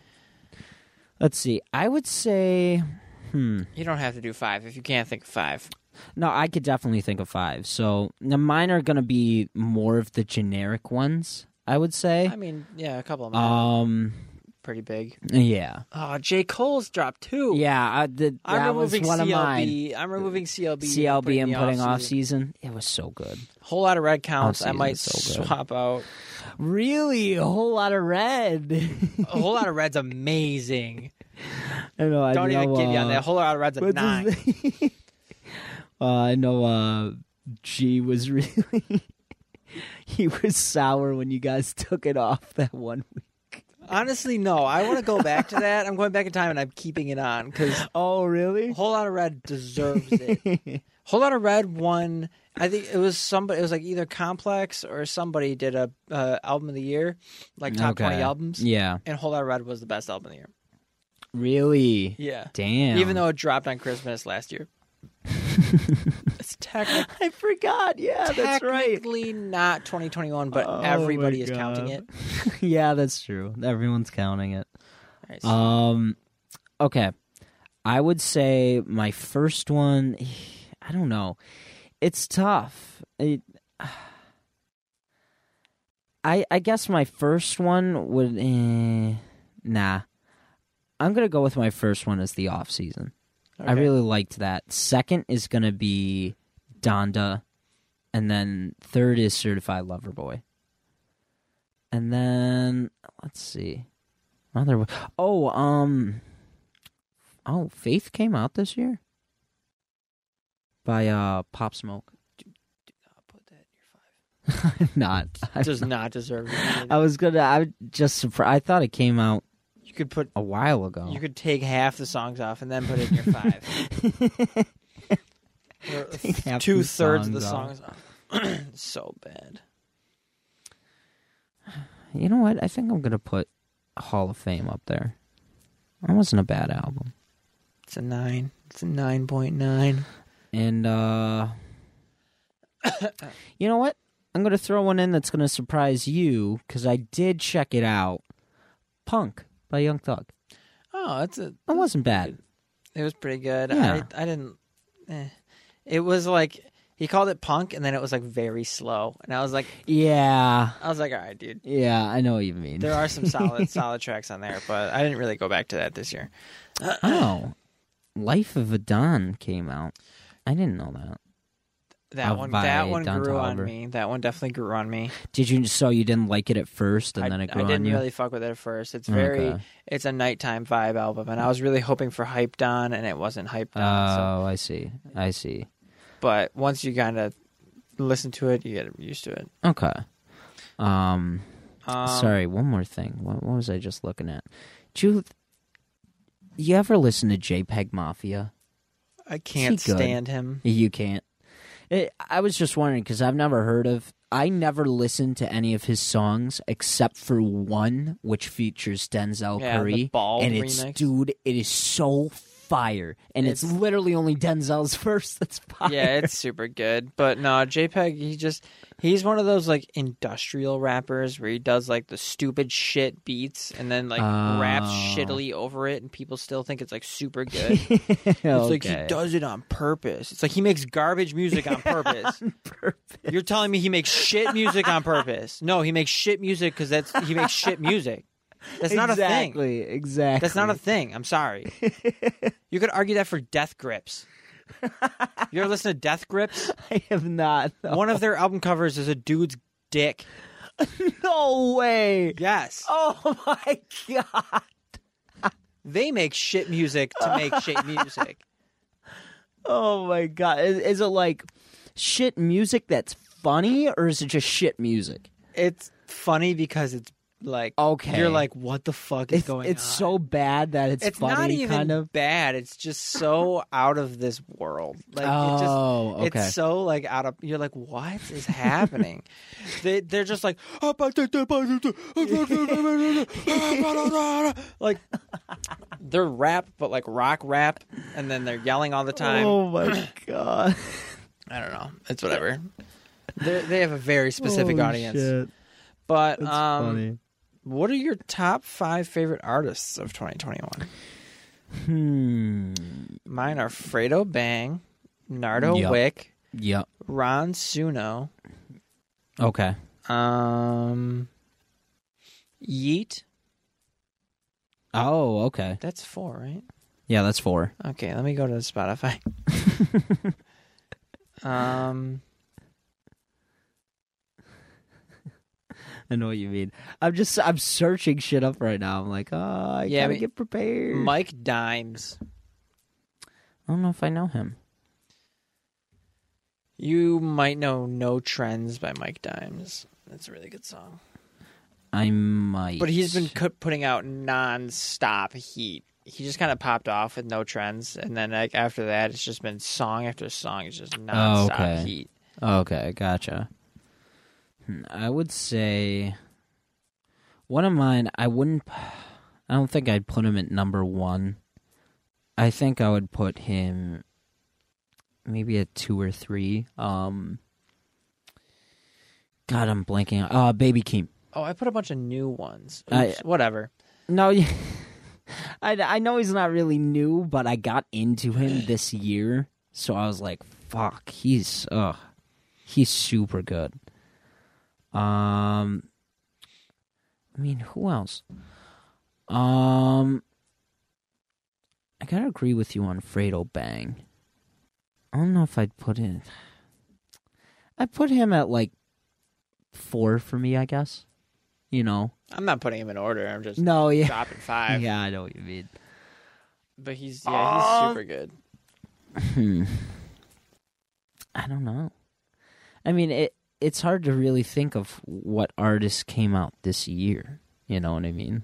S2: Let's see. I would say, hmm.
S1: You don't have to do five if you can't think of five.
S2: No, I could definitely think of five. So now mine are going to be more of the generic ones, I would say.
S1: I mean, yeah, a couple of them are
S2: Um,
S1: pretty big.
S2: yeah.
S1: Oh, J. Cole's dropped two.
S2: Yeah, I, the,
S1: I'm
S2: that was
S1: removing
S2: one
S1: CLB.
S2: of mine.
S1: I'm removing CLB.
S2: CLB and
S1: the
S2: putting off
S1: off-season.
S2: season. It was so good.
S1: Whole lot of red counts. I
S2: Off-season
S1: might
S2: is so good.
S1: swap out.
S2: Really? A whole lot of red.
S1: A whole lot of red's amazing.
S2: [laughs] I know, [laughs] I
S1: Don't
S2: know,
S1: even kid you on
S2: uh,
S1: that. A whole lot of red's a
S2: what's his
S1: nine.
S2: [laughs] name? uh, I know uh, G was [laughs] really. he was sour when you guys [laughs] took it off that one week.
S1: Honestly, no. I want to go back to that. I'm going back in time and I'm keeping it on because
S2: [laughs] Oh,
S1: a
S2: really?
S1: whole lot of red deserves it.
S2: [laughs]
S1: Whole lot of red won. I think it was somebody. It was like either Complex or somebody did a uh, album of the year, like top twenty albums.
S2: Yeah.
S1: And Whole Lot of Red was the best album of the year.
S2: Really?
S1: Yeah.
S2: Damn.
S1: Even though it dropped on Christmas last
S2: [laughs]
S1: year. it's technically,
S2: I forgot. Yeah, [laughs] that's right.
S1: technically not 2021, but
S2: Oh my
S1: everybody is counting
S2: God.
S1: it.
S2: [laughs] yeah, that's true. Everyone's counting it.
S1: All right, so
S2: Um, okay. I would say my first one. [sighs] I don't know. It's tough. It, [sighs] I I guess my first one would. Eh, nah, I'm gonna go with my first one as the off season. I
S1: okay.
S2: really liked that. Second is gonna be Donda, and then third is Certified Lover Boy. And then let's see, another one. Oh, um, oh, Faith came out this year by uh Pop Smoke. [laughs]
S1: I'll put that in your five.
S2: I'm not. I'm
S1: Does
S2: not-
S1: not deserve it.
S2: [laughs] I was gonna. I was just surprised. I thought it came out
S1: You could put
S2: a while ago.
S1: you could take half the songs off and then put it in your five. [laughs]
S2: Half
S1: Two thirds of the
S2: songs
S1: songs off. [clears throat] so bad.
S2: You know what? I think I'm gonna put Hall of Fame up there. That wasn't a bad album.
S1: It's a nine. It's a nine point nine.
S2: And uh [coughs] You know what? I'm gonna throw one in that's gonna surprise you because I did check it out. Punk by Young Thug.
S1: Oh, that's a
S2: That wasn't bad.
S1: It was pretty good.
S2: Yeah.
S1: I I didn't. Eh. It was like he called it punk, and then it was like very slow, and I was like,
S2: Yeah.
S1: I was like, all right, dude.
S2: Yeah, I know what you mean.
S1: There are some [laughs] solid solid tracks on there, but I didn't really go back to that this year.
S2: [laughs] oh. Life of a Don came out. I didn't know that.
S1: That
S2: Oh,
S1: one
S2: by
S1: that one
S2: Don
S1: grew
S2: Toliver.
S1: on me. That one definitely grew on me.
S2: Did you so you didn't like it at first and
S1: I,
S2: then it
S1: I
S2: grew on
S1: didn't
S2: you?
S1: really fuck with it at first. It's very
S2: Okay.
S1: it's a nighttime vibe album, and I was really hoping for hyped on, and it wasn't hyped
S2: Oh,
S1: on.
S2: I see. I see.
S1: so, but once you kind of listen to it, you get used to it.
S2: Okay. Um,
S1: Um,
S2: sorry, one more thing. What, what was I just looking at? Do you, you ever listen to JPEG Mafia?
S1: I can't
S2: good?
S1: stand him.
S2: [laughs] You can't. It, I was just wondering because I've never heard of. I never listened to any of his songs except for one, which features Denzel
S1: Yeah, the
S2: Curry,
S1: Ball
S2: and it's
S1: remix.
S2: dude, it is so fire, and it's,
S1: It's-
S2: literally only Denzel's [laughs] verse that's fire.
S1: yeah, it's super good. But no, JPEG, he just he's one of those like industrial rappers where he does like the stupid shit beats and then like raps
S2: Oh.
S1: shittily over it and people still think it's like super
S2: [laughs]
S1: good. it's like he
S2: Okay.
S1: does it on purpose. It's like he makes garbage music on purpose.
S2: [laughs]
S1: You're telling me he makes shit music on purpose. No, he makes shit music cuz that's he makes shit music. That's not a thing.
S2: exactly, exactly.
S1: That's not a thing. I'm sorry. you could argue that for Death Grips. You ever listen to Death Grips?
S2: [laughs] I have not. No,
S1: One of their album covers is a dude's dick.
S2: no way.
S1: Yes.
S2: Oh [laughs] my god.
S1: They make shit music to make shit music.
S2: Oh my god. Is, is it like shit music that's funny or is it just shit music?
S1: It's funny because it's like
S2: Okay.
S1: you're like what the fuck is
S2: It's,
S1: going
S2: it's
S1: on?
S2: so bad that it's,
S1: it's
S2: funny,
S1: not even
S2: kind of.
S1: bad it's just so out of this world like it just
S2: oh, okay.
S1: It's so like out of you're like what is happening?
S2: [laughs]
S1: they they're just like "Oh, like they're rap but like rock rap and then they're yelling all the time. [clears throat]
S2: Oh my god!
S1: I don't know. It's whatever. They they have a very specific
S2: Holy
S1: audience.
S2: shit.
S1: But
S2: That's
S1: um
S2: funny.
S1: what are your top 5 favorite artists of 2021?
S2: Hmm.
S1: Mine are Fredo Bang, Nardo
S2: Yup.
S1: Wick,
S2: Yep.
S1: Ron Suno,
S2: Okay.
S1: Um, Yeet.
S2: Oh, okay.
S1: That's four, right?
S2: Yeah, that's four.
S1: Okay, let me go to Spotify. [laughs] um,
S2: I know what you mean. I'm just I'm searching shit up right now. I'm like, oh, I
S1: Yeah, I
S2: gotta
S1: mean-
S2: get prepared.
S1: Mike Dimes.
S2: I don't know if I know him.
S1: You might know "No Trends" by Mike Dimes. That's a really good song.
S2: I might.
S1: But he's been cu- putting out non-stop heat. He just kind of popped off with "No Trends," and then like after that, it's just been song after song. It's just non-stop
S2: Oh, okay.
S1: heat.
S2: Okay, gotcha. Hmm, I would say one of mine. I wouldn't. I don't think I'd put him at number one. I think I would put him maybe at two or three. Um. God, I'm blanking. Uh, Baby Keem.
S1: Oh, I put a bunch of new ones.
S2: I-
S1: Oops, whatever.
S2: No, [laughs] you- I I know he's not really new, but I got into [sighs] him this year, so I was like, "Fuck, he's uh, he's super good." Um, I mean, who else? Um, I gotta agree with you on Fredo Bang. I don't know if I'd put in. I put him at like four for me, I guess. You know?
S1: I'm not putting him in order. I'm just
S2: No, [laughs] yeah.
S1: dropping five.
S2: Yeah, I know what you mean.
S1: But he's yeah, he's super good.
S2: Hmm. I don't know. I mean, it it's hard to really think of what artists came out this year. You know what I mean?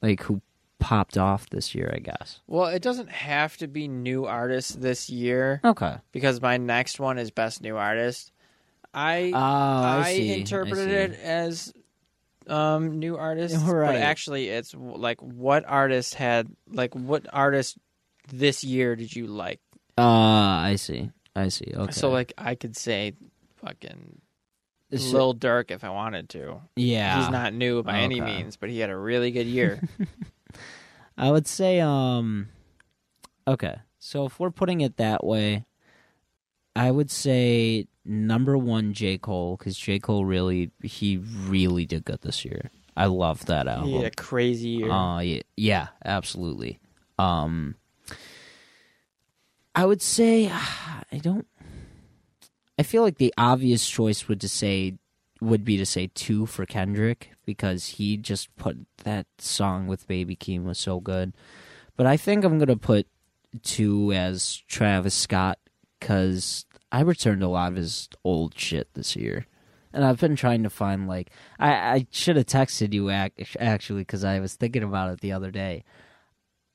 S2: Like who popped off this year? I guess.
S1: Well, it doesn't have to be new artists this
S2: [laughs]
S1: year
S2: Okay.
S1: because my next one is best new artist. I
S2: Oh, I,
S1: I,
S2: see. I
S1: interpreted
S2: see.
S1: it as um new artists,
S2: Right.
S1: but actually it's w- like what artist had like what artist this year did you like?
S2: Uh, I see. I see. Okay.
S1: So like I could say fucking
S2: So-
S1: Lil Durk if I wanted to.
S2: yeah,
S1: He's not new by any
S2: Okay.
S1: means, but he had a really good
S2: [laughs]
S1: year.
S2: I would say, um, okay. So if we're putting it that way, I would say number one, J. Cole, because J. Cole really, he really did good this year. I love that album.
S1: he had a crazy year.
S2: Uh, yeah, yeah, absolutely. Um, I would say [sighs] I don't. I feel like the obvious choice would to say would be to say two for Kendrick because he just put that song with Baby Keem was so good. But I think I'm gonna put two as Travis Scott because I returned a lot of his old shit this year, and I've been trying to find like I I should have texted you ac- actually because I was thinking about it the other day.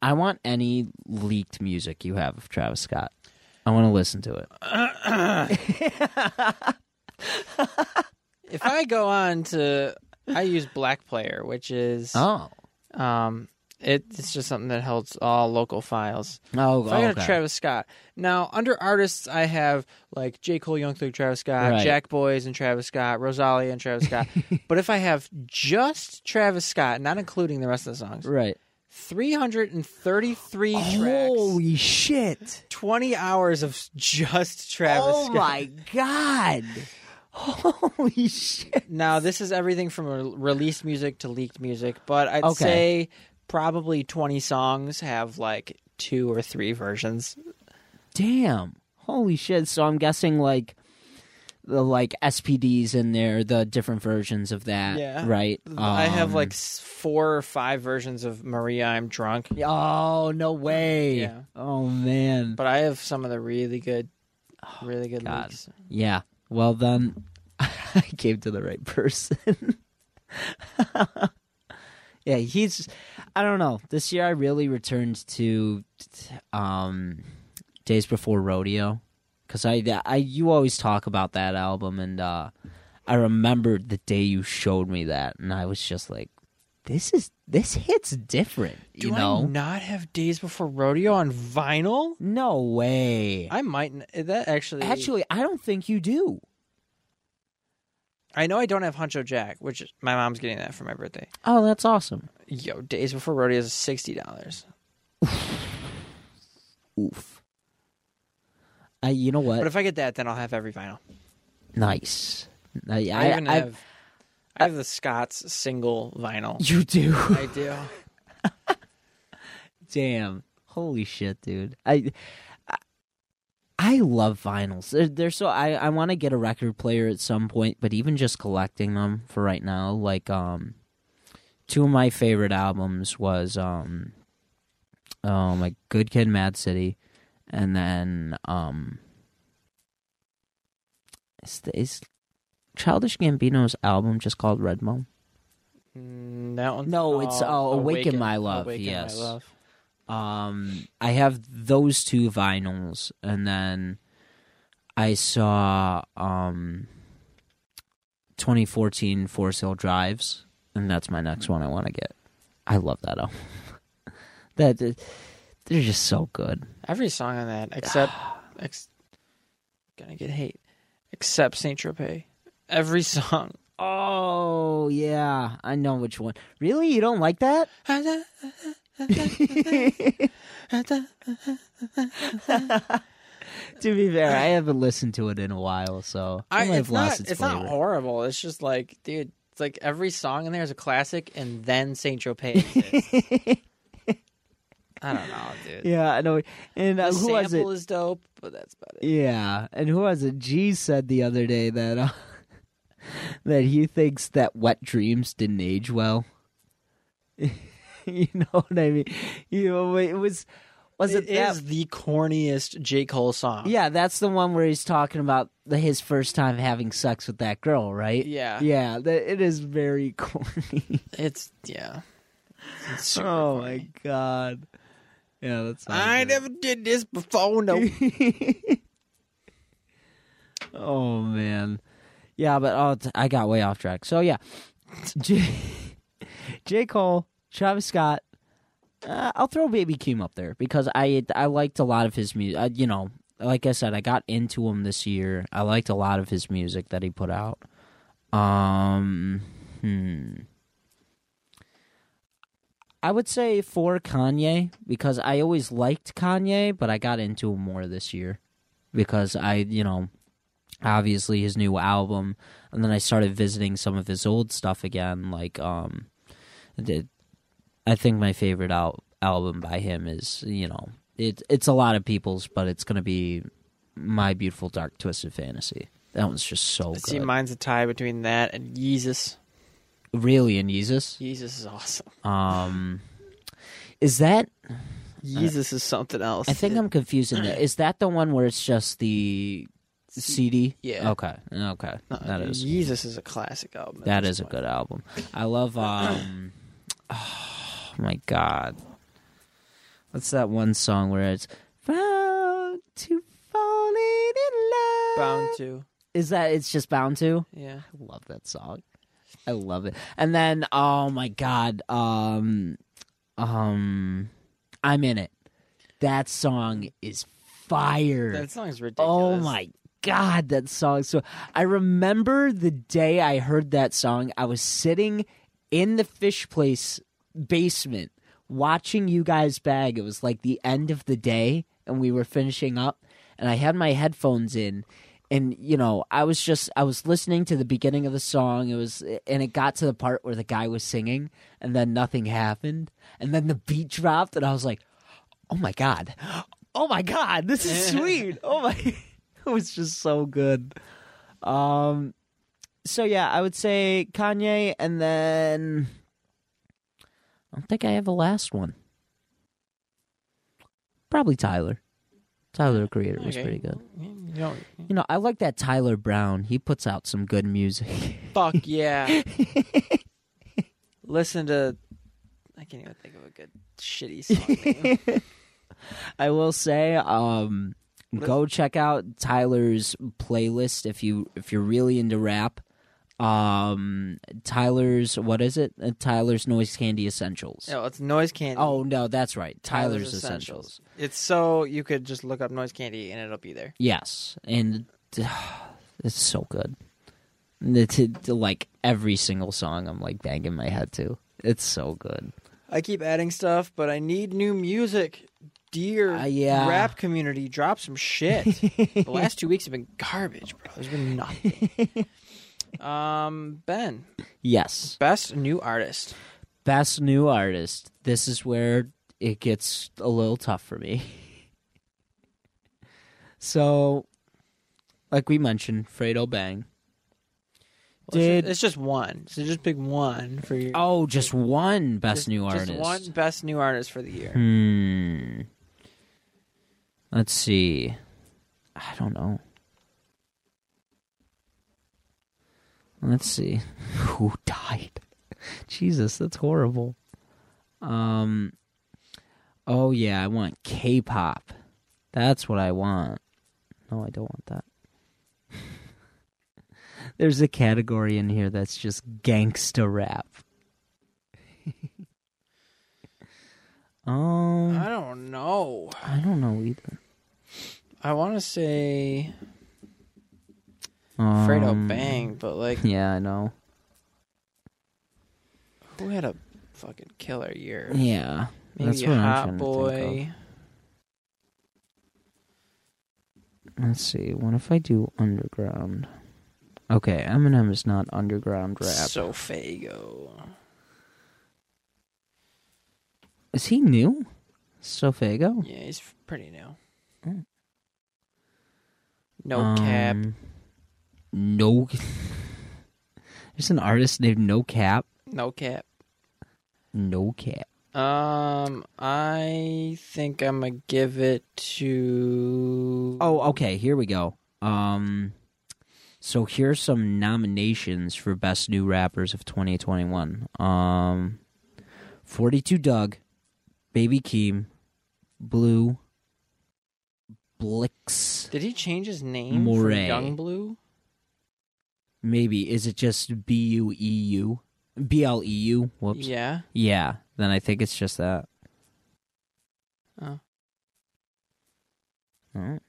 S2: I want any leaked music you have of Travis Scott. I want to listen to it.
S1: if I go on to, I use Black Player, which is
S2: Oh,
S1: um, it, it's just something that holds all local files.
S2: oh,
S1: If I got
S2: okay.
S1: Travis Scott now under artists, I have like J Cole, Young Thug, Travis Scott,
S2: Right.
S1: Jack Boys, and Travis Scott, Rosalia, and Travis
S2: [laughs]
S1: Scott. but if I have just Travis Scott, not including the rest of the songs,
S2: right?
S1: three hundred and thirty-three
S2: Oh,
S1: tracks,
S2: Holy shit!
S1: twenty hours of just Travis
S2: oh
S1: Scott.
S2: my god! Holy shit!
S1: Now, this is everything from re- released music to leaked music, but I'd
S2: Okay.
S1: say probably 20 songs have like two or three versions.
S2: Damn! Holy shit! So I'm guessing like the like SPDs in there, the different versions of that,
S1: Yeah.
S2: right?
S1: I have
S2: Um,
S1: like s- four or five versions of Maria I'm Drunk,
S2: Oh no way!
S1: Yeah.
S2: Oh man!
S1: but I have some of the really good, really good
S2: Oh God.
S1: leaks.
S2: [laughs] Yeah. Well then, I came to the right person. [laughs] yeah, he's. I don't know. This year, I really returned to um, Days Before Rodeo because I, I, you always talk about that album, and uh, I remembered the day you showed me that, and I was just like, "This is this hits different,"
S1: Do
S2: you know?
S1: I not have Days Before Rodeo on vinyl?
S2: no way.
S1: I might. n- eh, That actually,
S2: Actually, I don't think you do.
S1: I know I don't have Huncho Jack, which is- my mom's getting that for my birthday.
S2: Oh, that's awesome.
S1: Yo, Days Before Rodeo is sixty dollars.
S2: Oof. I, you know what?
S1: But if I get that, then I'll have every vinyl.
S2: nice. I,
S1: I, even
S2: I-
S1: have. I have the Scots single vinyl.
S2: [laughs] You do.
S1: I do.
S2: Damn. Holy shit, dude. I I- I love vinyls. They're, they're so I I want to get a record player at some point, but even just collecting them for right now, like um two of my favorite albums was um oh my Good Kid Mad City and then um is, the, is Childish Gambino's album just called Redbone?
S1: Mm, That one.
S2: No, it's, uh, Awaken My Love, yes.
S1: Love.
S2: Um, I have those two vinyls, and then I saw um 2014 Four Sail Drives, and that's my next one I want to get. I love that album. [laughs] that they're just so good.
S1: Every song on that,
S2: [sighs]
S1: except ex, gonna get hate, except Saint Tropez. Every song.
S2: Oh yeah, I know which one. Really, you don't like that? To be fair, I haven't listened to it in a while, so I,
S1: I,
S2: might have
S1: it's
S2: lost
S1: not.
S2: its,
S1: It's, not
S2: flavor.
S1: horrible. It's just like, dude, it's like every song in there is a classic, and then Saint Tropez. exists.
S2: [laughs]
S1: I don't know, dude.
S2: Yeah, I know. And
S1: The
S2: uh, who was it?
S1: sample is dope, but that's about it.
S2: Yeah, and who was it? G said the other day that uh, [laughs] that he thinks that Wet Dreams didn't age well. [laughs] you know what I mean? You know, it was was it,
S1: It
S2: that?
S1: is the corniest J Cole song.
S2: Yeah, that's the one where he's talking about the, his first time having sex with that girl, right?
S1: Yeah.
S2: yeah. That, it is very [laughs] corny.
S1: It's yeah. It's super
S2: oh
S1: corny.
S2: my god. Yeah, that's.
S1: I never did this before.
S2: [laughs]
S1: No.
S2: oh man, yeah, but oh, t- I got way off track. So yeah, J, [laughs] J. Cole, Travis Scott. Uh, I'll throw Baby Keem up there because I I liked a lot of his music. Uh, you know, like I said, I got into him this year. I liked a lot of his music that he put out. Um, hmm. I would say for Kanye because I always liked Kanye, but I got into him more this year because I, you know, obviously his new album, and then I started visiting some of his old stuff again. Like, um, the- I think my favorite al- album by him is, you know, it, it's a lot of people's, but it's gonna be My Beautiful Dark Twisted Fantasy. That one's just so
S1: See,
S2: good.
S1: mine's a tie between that and Yeezus.
S2: really, and Jesus.
S1: Yeezus is awesome.
S2: Um, is that
S1: Yeezus is something else.
S2: I think I'm confusing that. Is that the one where it's just the CD?
S1: yeah.
S2: Okay. Okay.
S1: No,
S2: that is
S1: Yeezus is a classic album. at
S2: that
S1: this
S2: is a
S1: point.
S2: good album. I
S1: [clears throat]
S2: love um Oh my god. What's that one song where it's bound to falling in love?
S1: Bound to.
S2: Is that it's just bound to?
S1: Yeah.
S2: I [laughs] love that song. I love it. And then oh my god, um um I'm in it. That song is fire.
S1: That song's
S2: oh
S1: ridiculous.
S2: my god, that song. So I remember the day I heard that song, I was sitting in the fish place basement watching you guys bag. It was like the end of the day and we were finishing up and I had my headphones in and you know, I was just I was listening to the beginning of the song. It was and it got to the part where the guy was singing and then nothing happened and then the beat dropped and I was like, "Oh my god. Oh my god, this is sweet. Oh my [laughs] It was just so good. Um so yeah, I would say Kanye and then I don't think I have a last one. Probably Tyler. Tyler the Creator was
S1: Okay.
S2: pretty good.
S1: You know,
S2: You know, I like that [laughs] Tyler Brown. He puts out some good music.
S1: fuck yeah. listen to. I can't even think of a good shitty song.
S2: [laughs]
S1: name.
S2: I will say, um, go check out Tyler's playlist if you if you're really into rap. Um, Tyler's what is it? Uh, Tyler's Noise Candy Essentials.
S1: no, it's noise candy.
S2: Oh no, that's right. Tyler's, Essentials.
S1: It's so you could just look up noise candy and it'll be there.
S2: Yes, and [sighs] it's so good. The- to- to, like every single song, I'm like banging my head to. It's so good.
S1: I keep adding stuff, but I need new music. Dear
S2: Uh, yeah.
S1: rap community, drop some [laughs] shit. the last two weeks have been garbage, bro. There's been nothing. [laughs] um, Ben,
S2: Yes.
S1: best new artist.
S2: Best new artist. This is where it gets a little tough for me. [laughs] so, like we mentioned, Fredo Bang.
S1: Well, it's
S2: Did-
S1: just- it's just one? So just pick one for your
S2: Oh, just one best
S1: just-
S2: new
S1: just
S2: artist.
S1: one best new artist for the year.
S2: Hmm. Let's see. I don't know. Let's see. [laughs] Who died? Jesus, that's horrible. Um Oh yeah, I want K-pop. That's what I want. No, I don't want that. [laughs] There's a category in here that's just gangsta rap. [laughs] um
S1: I don't know.
S2: I don't know either.
S1: I want to say
S2: Um,
S1: Fredo Bang, but like
S2: [laughs] Yeah, I know.
S1: who had a fucking killer year?
S2: Yeah,
S1: Maybe
S2: that's what I'm
S1: Hot
S2: trying to think
S1: Boy.
S2: let's see. What if I do underground? Okay, Eminem is not underground rap.
S1: So Fago.
S2: is he new? Sofago?
S1: Yeah, he's f- pretty new.
S2: Mm.
S1: No cap.
S2: Um, No. [laughs] There's an artist named No Cap.
S1: No cap.
S2: No Cap.
S1: Um, I think I'm gonna give it to.
S2: Oh, okay. Here we go. Um, so here's some nominations for best new rappers of 2021. Um, 42 Doug, Baby Keem, Blue, Blix.
S1: did he change his name from
S2: Moray.
S1: Young Blue?
S2: Maybe is it just B U E U, B L E U? Whoops. Yeah.
S1: Yeah.
S2: Then I think it's just that.
S1: Oh.
S2: Alright.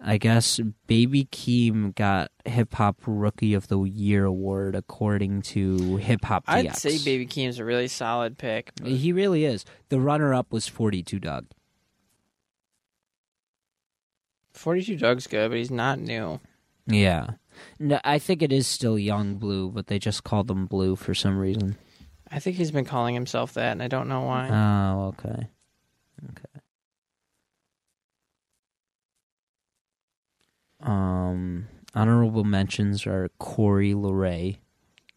S2: I guess Baby Keem got Hip Hop Rookie of the Year award according to Hip Hop.
S1: I'd
S2: DX.
S1: say Baby Keem's a really solid pick. but-
S2: He really is. The runner up was 42 Doug.
S1: 42 Doug's good, but he's not new.
S2: Yeah. No, I think it is still Young Blue, but they just called him Blue for some reason.
S1: I think he's been calling himself that, and I don't know why.
S2: Oh, okay. Okay. Um, honorable mentions are Corey LeRae.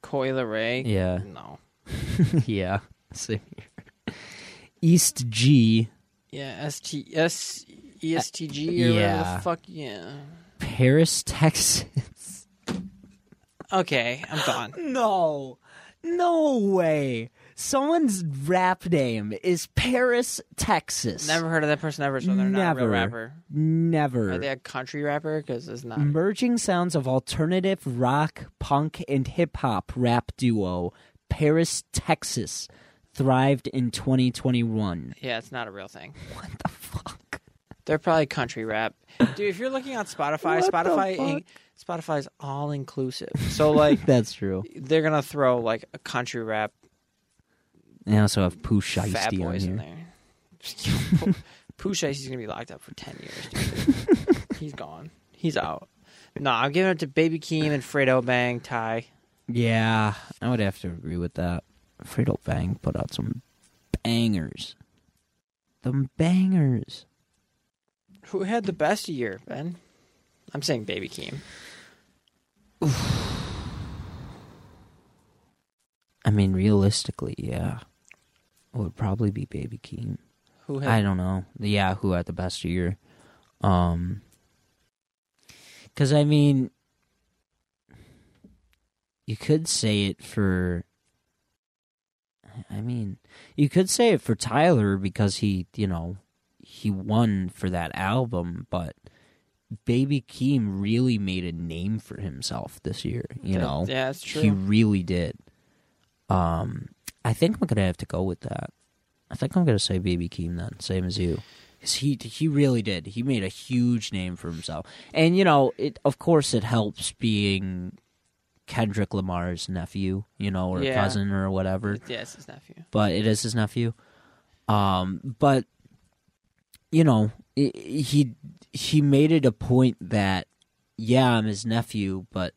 S1: Coy Ray.
S2: [laughs] Yeah.
S1: No.
S2: yeah. Same here. East G,
S1: Yeah, ST, S, ESTG, or whatever
S2: yeah.
S1: the fuck, yeah.
S2: Paris, Texas. [laughs]
S1: Okay, I'm done.
S2: No. No way. Someone's rap name is Paris, Texas.
S1: Never heard of that person ever, so they're not a real
S2: Never.
S1: rapper.
S2: Never.
S1: Are they a country rapper? Because it's not.
S2: Merging sounds of alternative rock, punk, and hip hop rap duo Paris, Texas thrived in 2021.
S1: Yeah, it's not a real thing.
S2: What the fuck?
S1: They're probably country rap, dude. If you're looking on Spotify,
S2: What the
S1: Spotify, in, Spotify's all inclusive. So like,
S2: That's true.
S1: they're gonna throw like a country rap
S2: They also have Pooh
S1: fat
S2: Shiesty on
S1: boys in
S2: here.
S1: there. [laughs] Pooh Shiesty's gonna be locked up for ten years.
S2: [laughs]
S1: Dude. He's gone. He's out. No, I'm giving it to Baby Keem and Fredo Bang Ty.
S2: Yeah, I would have to agree with that. Fredo Bang put out some bangers. Them bangers.
S1: Who had the best year, Ben? I'm saying Baby Keem.
S2: I mean, realistically, yeah. It would probably be Baby Keem.
S1: Who
S2: I
S1: had?
S2: don't know. Yeah, who had the best year? Um, because I mean, you could say it for I mean, you could say it for Tyler because he, you know, he won for that album, but Baby Keem really made a name for himself this year, you
S1: That-
S2: know.
S1: yeah, that's
S2: He
S1: true.
S2: really did. Um I think I'm going to have to go with that. I think I'm going to say Baby Keem then, same as you. 'Cause he he really did. He made a huge name for himself. And you know, it of course it helps being Kendrick Lamar's nephew, you know, or
S1: Yeah.
S2: cousin or whatever
S1: Yes, his nephew.
S2: but it is his nephew. Um, but you know, i- i- he he made it a point that yeah, I'm his nephew, but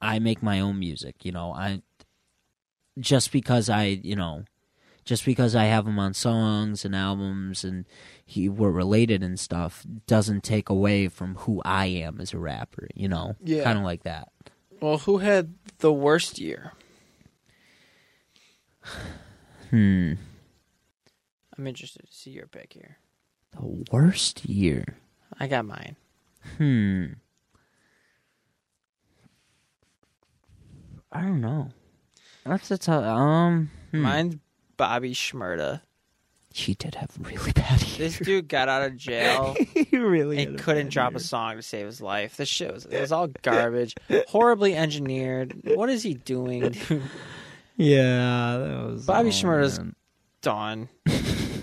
S2: I make my own music. You know, I just because I you know just because I have him on songs and albums and he were related and stuff doesn't take away from who I am as a rapper. You know,
S1: Yeah.
S2: kind of like that.
S1: Well, who had the worst year?
S2: Hmm,
S1: I'm interested to see your pick here.
S2: the worst year.
S1: I got mine.
S2: Hmm. I don't know. That's a tough. Um, hmm.
S1: Mine's Bobby Schmurda.
S2: She did have really bad hair. [laughs]
S1: This dude got out of jail
S2: he really
S1: and couldn't drop a song to save his life. This shit was it was [laughs] all garbage, horribly engineered. What is he doing? [laughs] dude?
S2: Yeah, that was
S1: Bobby
S2: oh,
S1: Shmurda's-
S2: man.
S1: done.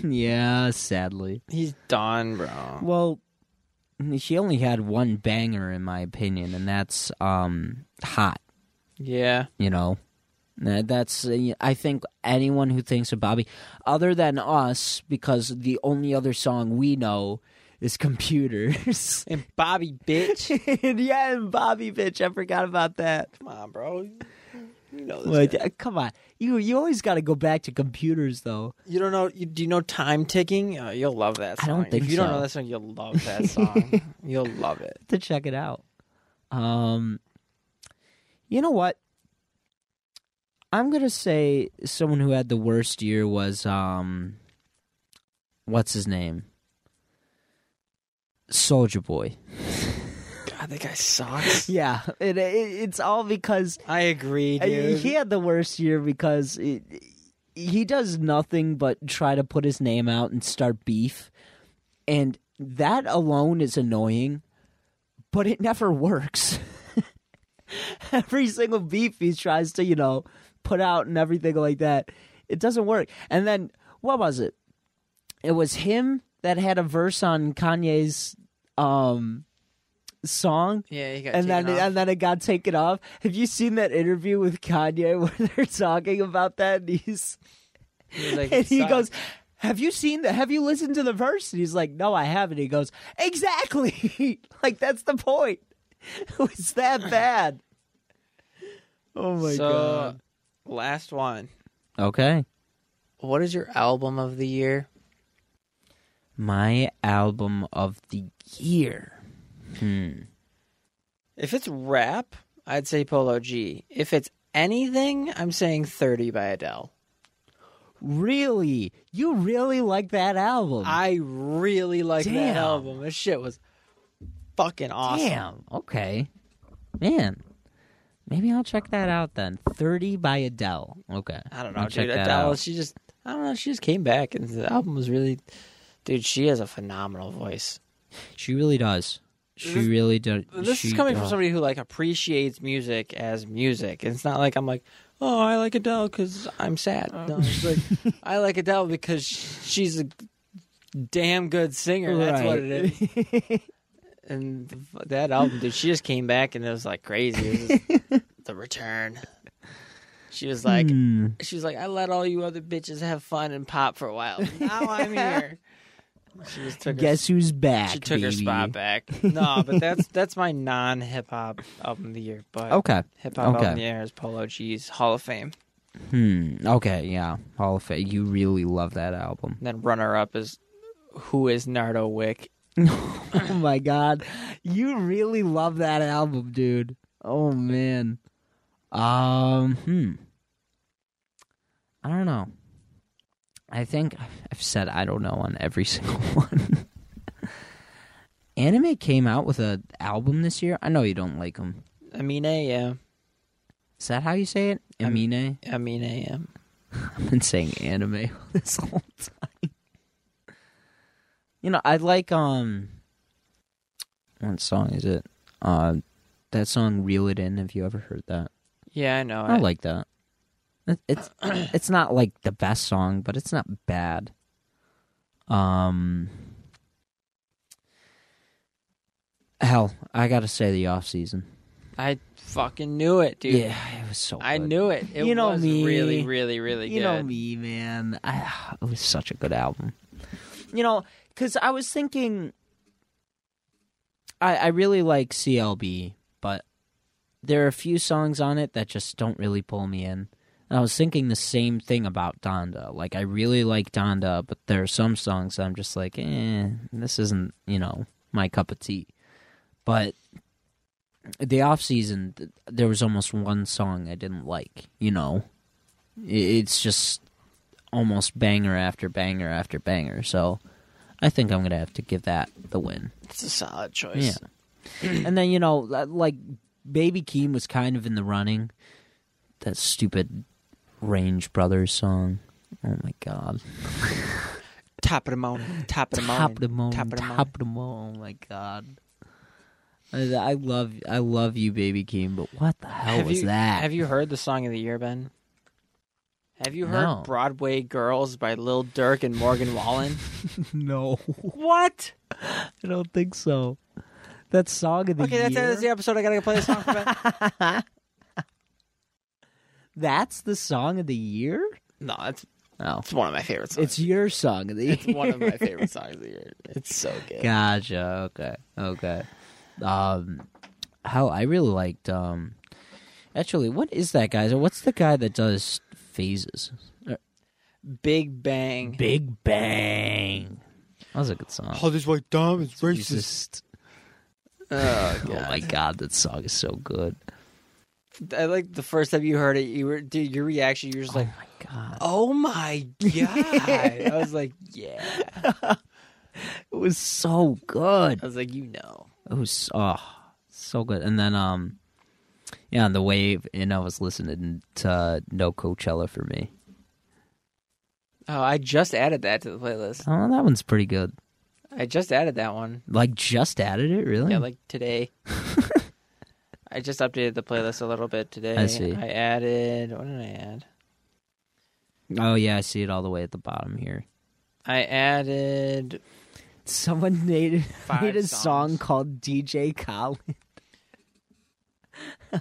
S2: Yeah, sadly.
S1: He's done, bro.
S2: Well, she only had one banger, in my opinion, and that's um hot.
S1: Yeah,
S2: you know That- that's uh, i think anyone who thinks of bobby other than us because the only other song we know is [laughs] computers [laughs]
S1: and Bobby, bitch.
S2: and yeah and bobby bitch i forgot about that
S1: Come on, bro. You know this.
S2: Like,
S1: guy.
S2: uh, come on you you always got to go back to computers though
S1: You don't know. You, do you know time ticking? Oh, you'll love that
S2: I
S1: song.
S2: don't think
S1: if you don't
S2: so.
S1: know that song, you'll love that [laughs] song. you'll love it.
S2: to check it out um you know what i'm gonna say someone who had the worst year was um what's his name soldier boy
S1: God, that guy sucks.
S2: Yeah, it, it, it's all because
S1: I agree,
S2: uh,
S1: dude.
S2: he had the worst year because it, he does nothing but try to put his name out and start beef, and that alone is annoying, but it never works. [laughs] Every single beef he tries to, you know, put out and everything like that, it doesn't work. And then what was it? It was him that had a verse on Kanye's um song
S1: yeah, he got
S2: and then
S1: taken off.
S2: and then it got taken off. Have you seen that interview with Kanye [laughs] where they're talking about that? And he's
S1: He "Oh was like,
S2: and he
S1: "Sucks."
S2: goes, "Have you seen that? Have you listened to the verse?" And he's like, "No, I haven't." He goes, "Exactly. [laughs] like that's the point. [laughs] It was that bad." Oh my
S1: so,
S2: god.
S1: last one.
S2: Okay.
S1: What is your album of the year?
S2: My album of the year.
S1: If it's rap, I'd say Polo G. If it's anything, I'm saying 30 by Adele.
S2: Really? You really like that album?
S1: I really like that
S2: Damn.
S1: album. This shit was fucking awesome.
S2: Damn. Okay. Man. Maybe I'll check that out then. 30 by Adele. Okay.
S1: I don't know,
S2: I'll check
S1: dude.
S2: that
S1: Adele,
S2: out.
S1: she just, I don't know, she just came back and the album was really, dude, she has a phenomenal voice.
S2: She really does. She
S1: This-
S2: really does.
S1: This is
S2: she-
S1: coming from
S2: oh.
S1: somebody who like appreciates music as music. It's not like I'm like, oh, I like Adele because I'm sad.
S2: Oh.
S1: No, it's like
S2: [laughs]
S1: I like Adele because she's a damn good singer. That's what it is.
S2: [laughs] Right.
S1: And that album, dude, she just came back and it was like crazy. It was just the return. She was like,
S2: Hmm.
S1: she was like, I let all you other bitches have fun and pop for a while. Now I'm here. She just took her
S2: Guess who's back?
S1: she took her
S2: baby?
S1: spot back. No, but that's that's my non hip hop album of the year. But
S2: Okay.
S1: hip hop album
S2: Oh, okay.
S1: of the year is Polo G's Hall of Fame.
S2: Hmm. Okay. Yeah. Hall of Fame. You really love that album.
S1: And then runner up is Who is Nardo Wick?
S2: [laughs] oh my god. You really love that album, dude. Oh man. Um hmm. I don't know. I think I've said I don't know on every [laughs] single one. Anime came out with an album this year. I know you don't like them.
S1: Amine, yeah.
S2: Is that how you say it?
S1: I'm-
S2: Amine?
S1: Amine, yeah.
S2: I've been saying anime [laughs] this whole time. You know, I like um what song is it? Uh that song Reel It In, have you ever heard that?
S1: Yeah, I know.
S2: I like that. It-
S1: [clears throat]
S2: It's it's not like the best song, but it's not bad. Um Hell, I gotta say the off season.
S1: I fucking knew it, dude.
S2: Yeah, it was so
S1: I
S2: good.
S1: knew it. It
S2: You know
S1: was
S2: me.
S1: really, really, really
S2: you
S1: good.
S2: know me man I, [sighs] it was such a good album you know because i was thinking I, I really like clb but there are a few songs on it that just don't really pull me in and i was thinking the same thing about donda like i really like donda but there are some songs that i'm just like eh this isn't you know my cup of tea but the off season th- there was almost one song i didn't like you know I- it's just almost banger after banger after banger so i think i'm gonna have to give that the win
S1: It's a solid choice.
S2: yeah [clears throat] and then you know li- like baby keem was kind of in the running that stupid range brothers song oh my god
S1: Top of the mountain. Top of the mountain.
S2: top of the moon
S1: Top of the
S2: top of the moon oh my god I I love I love you, Baby Keem, but what the hell
S1: have
S2: was
S1: you,
S2: that?
S1: Have you heard the song of the year, Ben? Have you heard
S2: No.
S1: Broadway Girls by Lil Durk and Morgan Wallen?
S2: [laughs] no,
S1: [laughs] what?
S2: I don't think so. That song of the
S1: Okay,
S2: year.
S1: that's, that's the episode. I gotta go play this song for [laughs] Ben.
S2: That's the song of the year?
S1: no, it's
S2: Oh.
S1: it's one of my favorite songs.
S2: It's your song [laughs] of the year.
S1: It's one of my [laughs] favorite songs of the year. It's so good.
S2: Gotcha. Okay. Okay. Um how I really liked um actually what is that guy? What's the guy that does phases? Uh,
S1: Big Bang.
S2: Big Bang. That was a good song.
S3: Oh, this white dumb is
S2: Racist.
S1: Oh,
S2: Oh my god, that song is so good.
S1: I like the first time you heard it. You were, dude, your reaction. You were just like,
S2: Oh my god.
S1: "Oh [laughs] my god!" I was like, "Yeah."
S2: It was so good.
S1: I was like, "You know."
S2: It was oh so good. And then um yeah, on the way and I was listening to No Coachella for me.
S1: Oh, I just added that to the playlist.
S2: Oh, that one's pretty good.
S1: I just added that one.
S2: Like just added it, really?
S1: Yeah, like
S2: [laughs]
S1: today. I just updated the playlist a little bit today.
S2: I see.
S1: I added. What did I add?
S2: oh yeah, I see it all the way at the bottom here.
S1: I added.
S2: Someone [laughs] made,
S1: Five
S2: made a song
S1: songs.
S2: called DJ Colin. [laughs]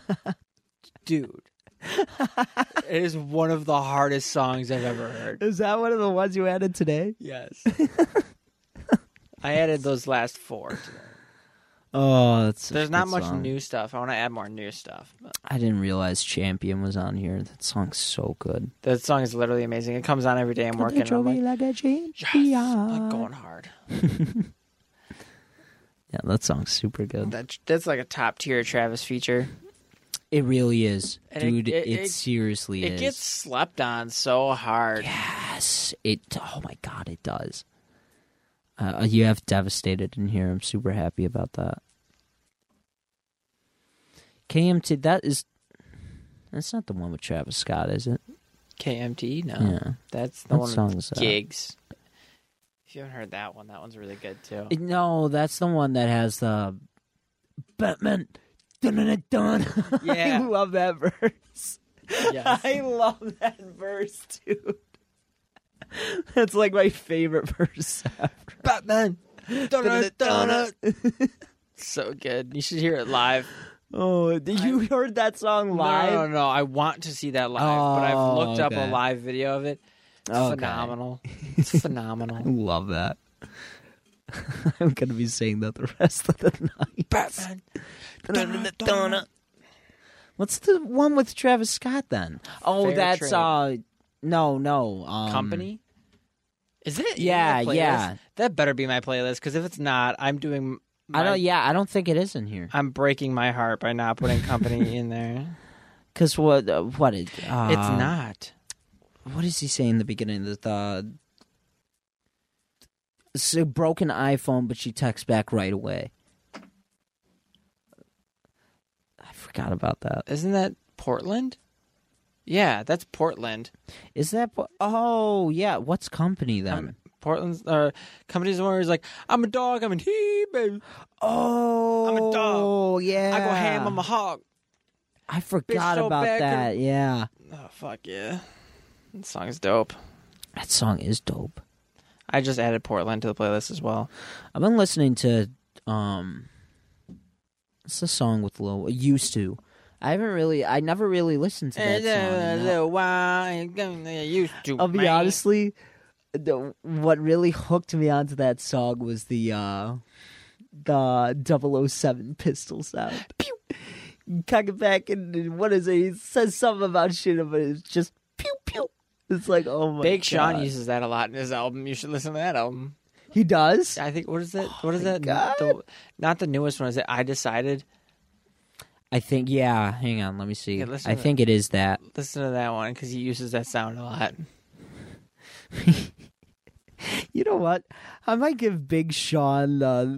S1: Dude, it is one of the hardest songs I've ever heard.
S2: Is that one of the ones you added today?
S1: Yes. [laughs] I added those last four. today.
S2: Oh, that's such a
S1: There's not
S2: good
S1: much
S2: song.
S1: new stuff. I want to add more new stuff. but
S2: I didn't realize Champion was on here. That song's so good.
S1: That song is literally amazing. It comes on every day I'm working. and I'm like, yes, like going hard.
S2: Yeah, that song's super good.
S1: That, that's like a top tier Travis feature.
S2: It really is,
S1: And it-
S2: dude. It,
S1: it- it-
S2: seriously
S1: It
S2: is.
S1: gets slept on so hard.
S2: yes. It. Oh my god, it does. Uh, you have devastated in here. I'm super happy about that. KMT. That is. That's not the one with Travis Scott, is it?
S1: KMT? No.
S2: yeah.
S1: That's the
S2: What
S1: one
S2: song
S1: with
S2: is uh, that?
S1: gigs. If you haven't heard that one, that one's really good too.
S2: [laughs] It- no, that's the one that has the Batman. Dun dun dun. [laughs] dun.
S1: Yeah. [laughs]
S2: I love that verse. [laughs]
S1: Yes.
S2: I love that verse, dude. [laughs] That's like my favorite [laughs] verse ever.
S1: Batman.
S2: Dun, dun, dun.
S1: so good. You should hear it live.
S2: Oh, did you heard that song live?
S1: No, no, no. I want to see that live, but I've
S2: Oh,
S1: looked up
S2: okay.
S1: a live video of it. It's
S2: Okay. [laughs]
S1: phenomenal. It's phenomenal.
S2: Love that. [laughs] I'm gonna be saying that the rest of the night.
S1: Batman.
S2: Dun, dun, dun. What's the one with Travis Scott then? Oh,
S1: Fair
S2: that's
S1: Trade.
S2: uh, no, no, um,
S1: Company? Is it? in
S2: yeah,
S1: your playlist?
S2: yeah.
S1: That better be my playlist because if it's not, I'm doing. My,
S2: I don't. Yeah, I don't think it is in here.
S1: I'm breaking my heart by not putting
S2: [laughs]
S1: company in there.
S2: Cause what? Uh, what is? Uh,
S1: It's not.
S2: What does he say in the beginning? That uh, the it's a broken iPhone, but she texts back right away. I forgot about that.
S1: Isn't that Portland? Yeah, that's Portland.
S2: Is that? what- Oh yeah. What's company then?
S1: Portland's uh, company's the one who's like, I'm a dog, I'm a he, baby.
S2: oh,
S1: a dog.
S2: Yeah.
S1: I go ham, I'm a hog.
S2: I forgot
S1: so
S2: about
S1: bad,
S2: that. Yeah.
S1: Oh, fuck yeah. That song is dope.
S2: That song is dope.
S1: I just added Portland to the playlist as well.
S2: I've been listening to um it's a song with Lil used to. I haven't really I never really listened to that
S1: uh,
S2: song. you know. I'll be honestly the, what really hooked me onto that song was the uh the 007 pistol sound. Pew. You cock it back and, and what is it? He says something about shit but it's just pew pew. It's like oh my
S1: Big
S2: god.
S1: Sean uses that a lot in his album. You should listen to that album.
S2: He does?
S1: I think what is that? what is
S2: Oh my
S1: that?
S2: God.
S1: The- not the newest one. Is it? I decided.
S2: I think yeah, hang on, let me see.
S1: Yeah, listen
S2: I
S1: to
S2: think it is that.
S1: Listen to that one because he uses that sound a lot.
S2: You know what? I might give Big Sean uh,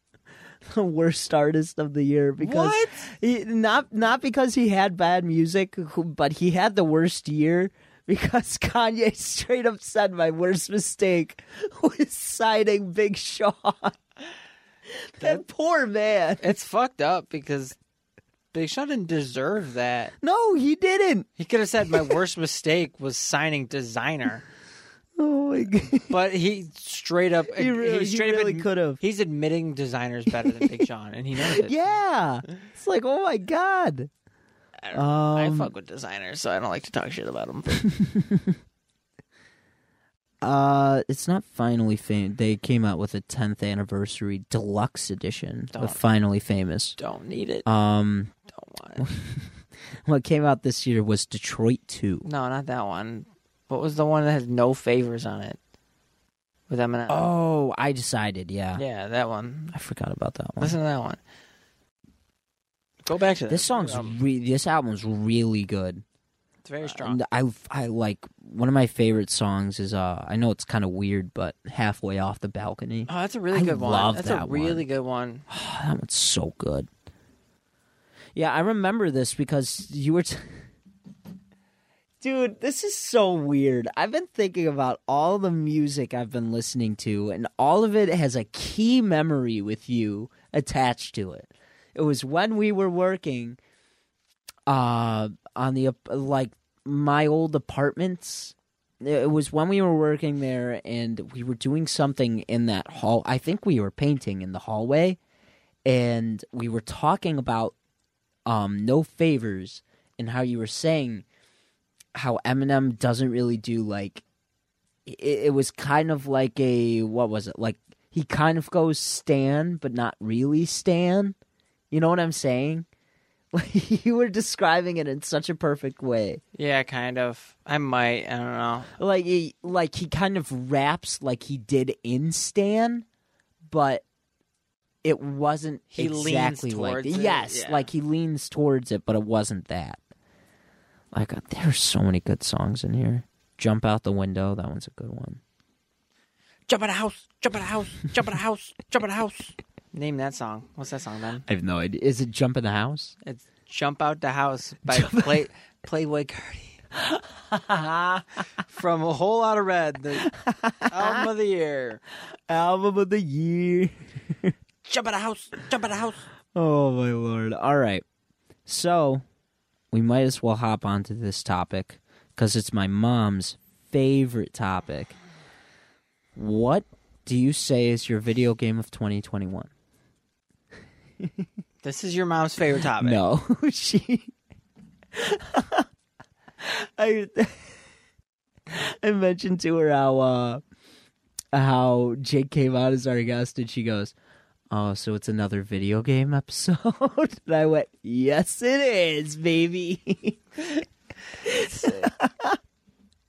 S2: [laughs] the worst artist of the year because
S1: What?
S2: he not not because he had bad music, who- but he had the worst year [laughs] because Kanye straight up said my worst mistake [laughs] was signing Big Sean. [laughs] that poor man.
S1: It's fucked up because Big Sean didn't deserve that.
S2: No, he didn't.
S1: He could have said
S2: [laughs]
S1: my worst mistake was signing designer,
S2: Oh my god.
S1: but he straight up
S2: He really- he
S1: straight
S2: really
S1: up adm-
S2: could've.
S1: He's admitting designers better than Big Sean, and he knows it.
S2: Yeah. It's like, oh my god.
S1: I, don't know. I
S2: Um,
S1: fuck with designers, so I don't like to talk shit about them.
S2: Uh, it's not Finally Famous. They came out with a 10th anniversary deluxe edition
S1: Don't.
S2: of Finally Famous.
S1: don't need it.
S2: Um,
S1: Don't
S2: [laughs]
S1: want. It.
S2: what came out this year was Detroit 2.
S1: No, not that one. What was the one that has no favors on it? With Eminem.
S2: Oh, I decided. Yeah,
S1: Yeah, that one.
S2: I forgot about that one.
S1: Listen to that one. Go back to that.
S2: This song's
S1: Um,
S2: re- this album's really good.
S1: it's very strong.
S2: Uh, I I like one of my favorite songs is uh I know it's kind of weird but halfway off the balcony.
S1: Oh, that's a really
S2: I
S1: good one.
S2: love
S1: that's a
S2: that one.
S1: really good one.
S2: that one's so good. Yeah, I remember this because you were. T- [laughs] Dude, this is so weird. I've been thinking about all the music I've been listening to, and all of it has a key memory with you attached to it. It was when we were working uh, on the, ap- like, my old apartments. It was when we were working there, and we were doing something in that hall. I think we were painting in the hallway and we were talking about um, no favors and how you were saying how Eminem doesn't really do like it, it was kind of like a what was it like he kind of goes Stan but not really Stan. You know what I'm saying? [laughs] Like you were describing it in such a perfect way.
S1: Yeah, kind of. I might. I don't know.
S2: Like he, like he kind of raps like he did in Stan, but it wasn't
S1: He leans
S2: exactly like
S1: towards it,
S2: yes,
S1: yeah.
S2: like he leans towards it, but it wasn't that. Like uh, there are so many good songs in here. Jump out the window, that one's a good one.
S1: Jump out of house. Jump out of house. Jump out of house. Jump out of house. Name that song. What's that song then?
S2: I have no idea. Is it Jump in the House?
S1: It's Jump Out the House by Play Playboy Cardi. From a whole lot of red, the album of the year.
S2: Album of the year.
S1: Jump out of house. Jump out of house.
S2: Oh my lord. All right. So, we might as well hop onto this topic cuz it's my mom's favorite topic. What do you say is your video game of 2021?
S1: This is your mom's favorite topic.
S2: No, [laughs] she. I I mentioned to her how uh, how Jake came out as our guest, and she goes, "Oh, so it's another video game episode?" [laughs] and I went, "Yes, it is, baby." [laughs]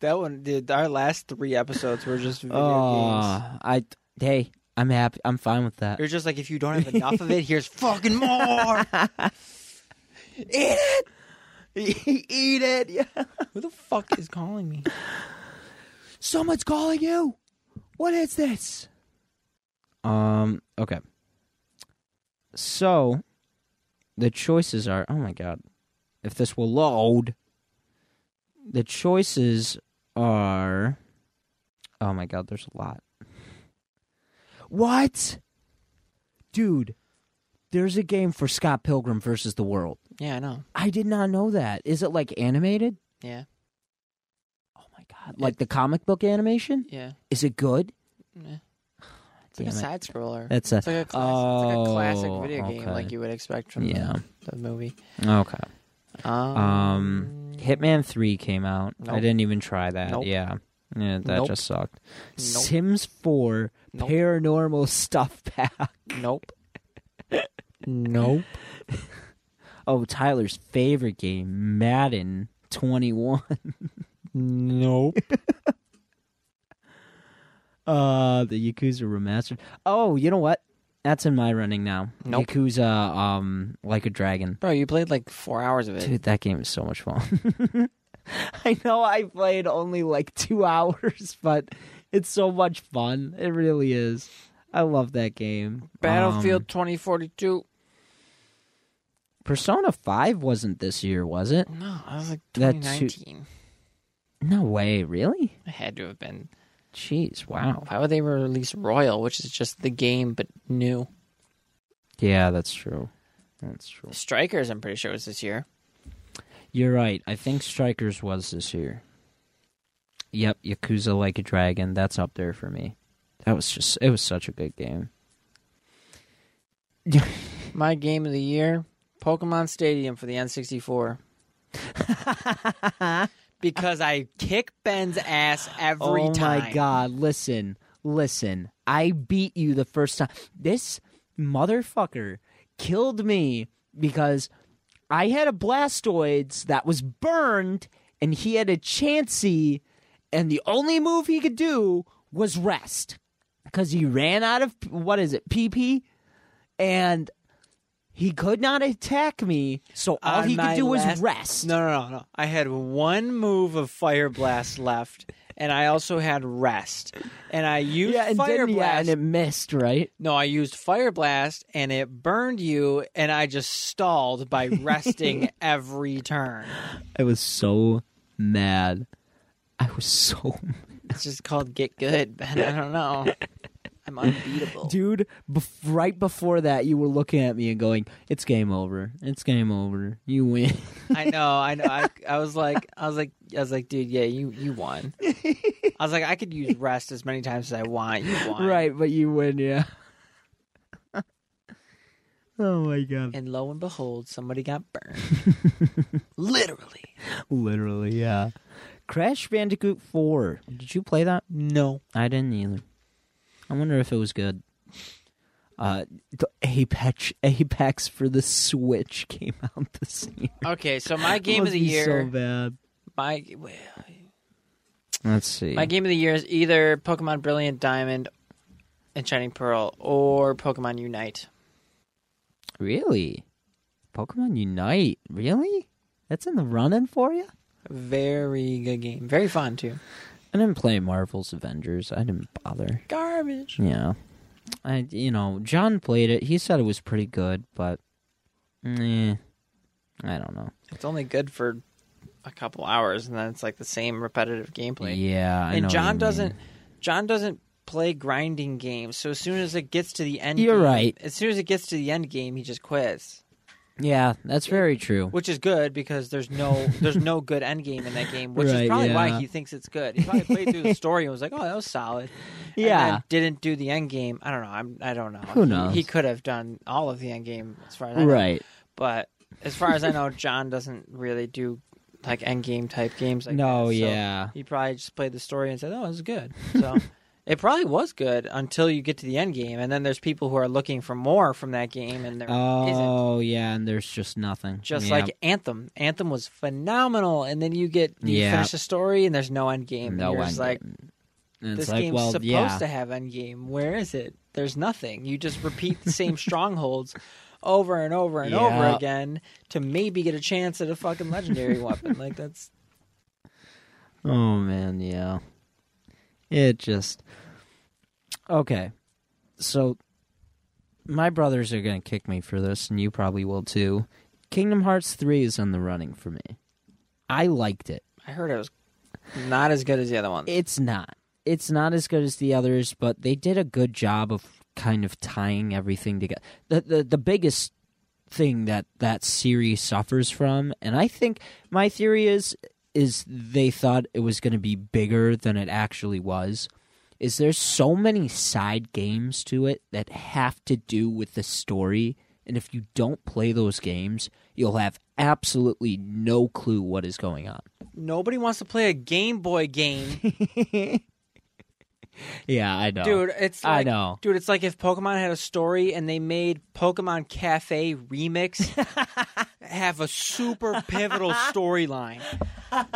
S1: That one, dude, our last three episodes were just video games.
S2: Oh, I hey, I'm happy. I'm fine with that.
S1: You're just like, if you don't have enough of it, here's fucking more.
S2: [laughs] Eat it, eat it. [laughs] Yeah.
S1: Who the fuck is calling me?
S2: Someone's calling you. What is this? Um, okay. So the choices are oh my god. If this will load. the choices are. Oh my god, there's a lot. What, dude? There's a game for Scott Pilgrim versus the World.
S1: [laughs] Yeah, I know.
S2: I did not know that. Is it like animated?
S1: Yeah,
S2: Oh my god, like the comic book animation?
S1: yeah.
S2: Is it good?
S1: yeah. It's
S2: Damn
S1: like a
S2: it.
S1: side
S2: [laughs]
S1: scroller.
S2: That's a
S1: It's like a, class, it's like a classic
S2: Oh,
S1: video game,
S2: okay.
S1: like you would expect from
S2: Yeah.
S1: the, the movie.
S2: okay.
S1: Um,
S2: Um, Hitman Three came out.
S1: Nope.
S2: I didn't even try that.
S1: Nope.
S2: Yeah, yeah, that
S1: Nope.
S2: just sucked.
S1: Nope.
S2: Sims Four
S1: Nope.
S2: Paranormal Stuff Pack. [laughs]
S1: Nope. nope.
S2: Oh, Tyler's favorite game, Madden Twenty One.
S1: Nope.
S2: [laughs] Uh, the Yakuza remastered. Oh, you know what? That's in my running now.
S1: Nope.
S2: Yakuza, um, like a dragon.
S1: Bro, you played like four hours of it.
S2: Dude, that game is so much fun. [laughs] I know I played only like two [laughs] hours, but it's so much fun. It really is. I love that game.
S1: Battlefield
S2: Um,
S1: 2042.
S2: Persona 5 wasn't this year, was it?
S1: No, I was like
S2: That two-
S1: 2019.
S2: No way, really?
S1: It had to have been.
S2: Jeez, wow.
S1: Why would they release Royal, which is just the game but new?
S2: Yeah, that's true. That's true.
S1: Strikers, I'm pretty sure was this year.
S2: You're right. I think Strikers was this year. Yep, Yakuza Like a Dragon. That's up there for me. That was just, it was such a good game.
S1: My game of the year, Pokemon Stadium for the
S2: [laughs]
S1: N64. because I kick Ben's ass every
S2: oh
S1: time.
S2: my god, listen, listen. I beat you the first time. This motherfucker killed me because I had a Blastoids that was burned and he had a Chansey and the only move he could do was rest cuz he ran out of what is it? PP and he could not attack me, so all
S1: On
S2: he could
S1: my
S2: do was
S1: last-
S2: rest.
S1: No, no, no, no. I had one move of Fire Blast left, and I also had Rest. And I used
S2: yeah, and
S1: Fire
S2: then, yeah,
S1: Blast.
S2: and it missed, right?
S1: No, I used Fire Blast, and it burned you, and I just stalled
S2: [laughs]
S1: by resting every turn.
S2: I was so mad. I was [laughs] so
S1: It's just called Get Good, Ben. I don't
S2: [laughs]
S1: know. I'm unbeatable.
S2: dude. Bef- right before that, you were looking at me and going, "It's game over. It's game over. You win." [laughs]
S1: I know, I know. I, I was like, I was like, I was like, dude, yeah, you you won.
S2: [laughs]
S1: I was like, I could use rest as many times as I want. You won,
S2: right, but you win. Yeah. [laughs] oh my god!
S1: And lo and behold, somebody got
S2: [laughs]
S1: burned. Literally.
S2: Literally, yeah. Crash Bandicoot Four. Did you play that?
S1: No.
S2: I didn't either. I wonder if it was good. Uh, the Apex Apex for the Switch [laughs] came out this year.
S1: Okay, so my game
S2: Must
S1: of the
S2: be
S1: year,
S2: So bad.
S1: my well,
S2: Let's see.
S1: my game of the year is either Pokemon Brilliant Diamond and Shining Pearl or Pokemon Unite.
S2: Really? Pokemon Unite? Really? That's in the running for you?
S1: Very good game. Very fun too.
S2: I didn't play Marvel's Avengers. I didn't bother.
S1: Garbage.
S2: Yeah. I you know, John played it. He said it was pretty good, but eh, I don't know.
S1: It's only good for a couple hours and then it's like the same repetitive gameplay.
S2: Yeah, I know
S1: and
S2: what you
S1: John
S2: mean.
S1: doesn't John doesn't play grinding games. So as soon as it gets to the end
S2: You're
S1: game-
S2: right.
S1: As soon as it gets to the end game, he just quits.
S2: Yeah, that's very true.
S1: which is good because there's no there's no good end game in that game, which is
S2: Right,
S1: probably why
S2: yeah.
S1: he thinks it's good. He probably played through the story and was like, "Oh, that was solid." and
S2: Yeah.
S1: then didn't do the end game. I don't know. I'm I don't know.
S2: Who
S1: He-
S2: knows?
S1: He, could have done all of the end game as far as I know.
S2: Right.
S1: But as far as I know, John doesn't really do like end game type games. Like
S2: no,
S1: that, so
S2: yeah.
S1: He probably just played the story and said, "Oh, it was good." So. [laughs] It probably was good until you get to the end game, and then there's people who are looking for more from that game, and there not
S2: Oh, yeah, and there's just nothing.
S1: just
S2: Yeah.
S1: like Anthem. Anthem was phenomenal, and then you get you
S2: Yeah.
S1: finish the story, and there's no end game.
S2: no
S1: and you're
S2: one
S1: just like
S2: And it's
S1: this
S2: like,
S1: game's
S2: well,
S1: supposed
S2: yeah.
S1: to have end game. Where is it? There's nothing. You just repeat the
S2: [laughs]
S1: same strongholds over and over and over
S2: Yeah.
S1: again to maybe get a chance at a fucking legendary weapon. Like that's
S2: Oh man, yeah. It just Okay. So my brothers are going to kick me for this and you probably will too. Kingdom Hearts 3 is in the running for me. I liked it.
S1: I heard it was not as good as the other ones.
S2: It's not. It's not as good as the others, but they did a good job of kind of tying everything together. The the, the biggest thing that that series suffers from, and I think my theory is is they thought it was going to be bigger than it actually was. Is there's so many side games to it that have to do with the story, and if you don't play those games, you'll have absolutely no clue what is going on.
S1: Nobody wants to play a Game Boy game,
S2: [laughs] Yeah, I know,
S1: dude. It's
S2: I
S1: like,
S2: know.
S1: dude. It's like if Pokemon had a story and they made Pokemon Cafe
S2: [laughs]
S1: Remix have a super pivotal storyline.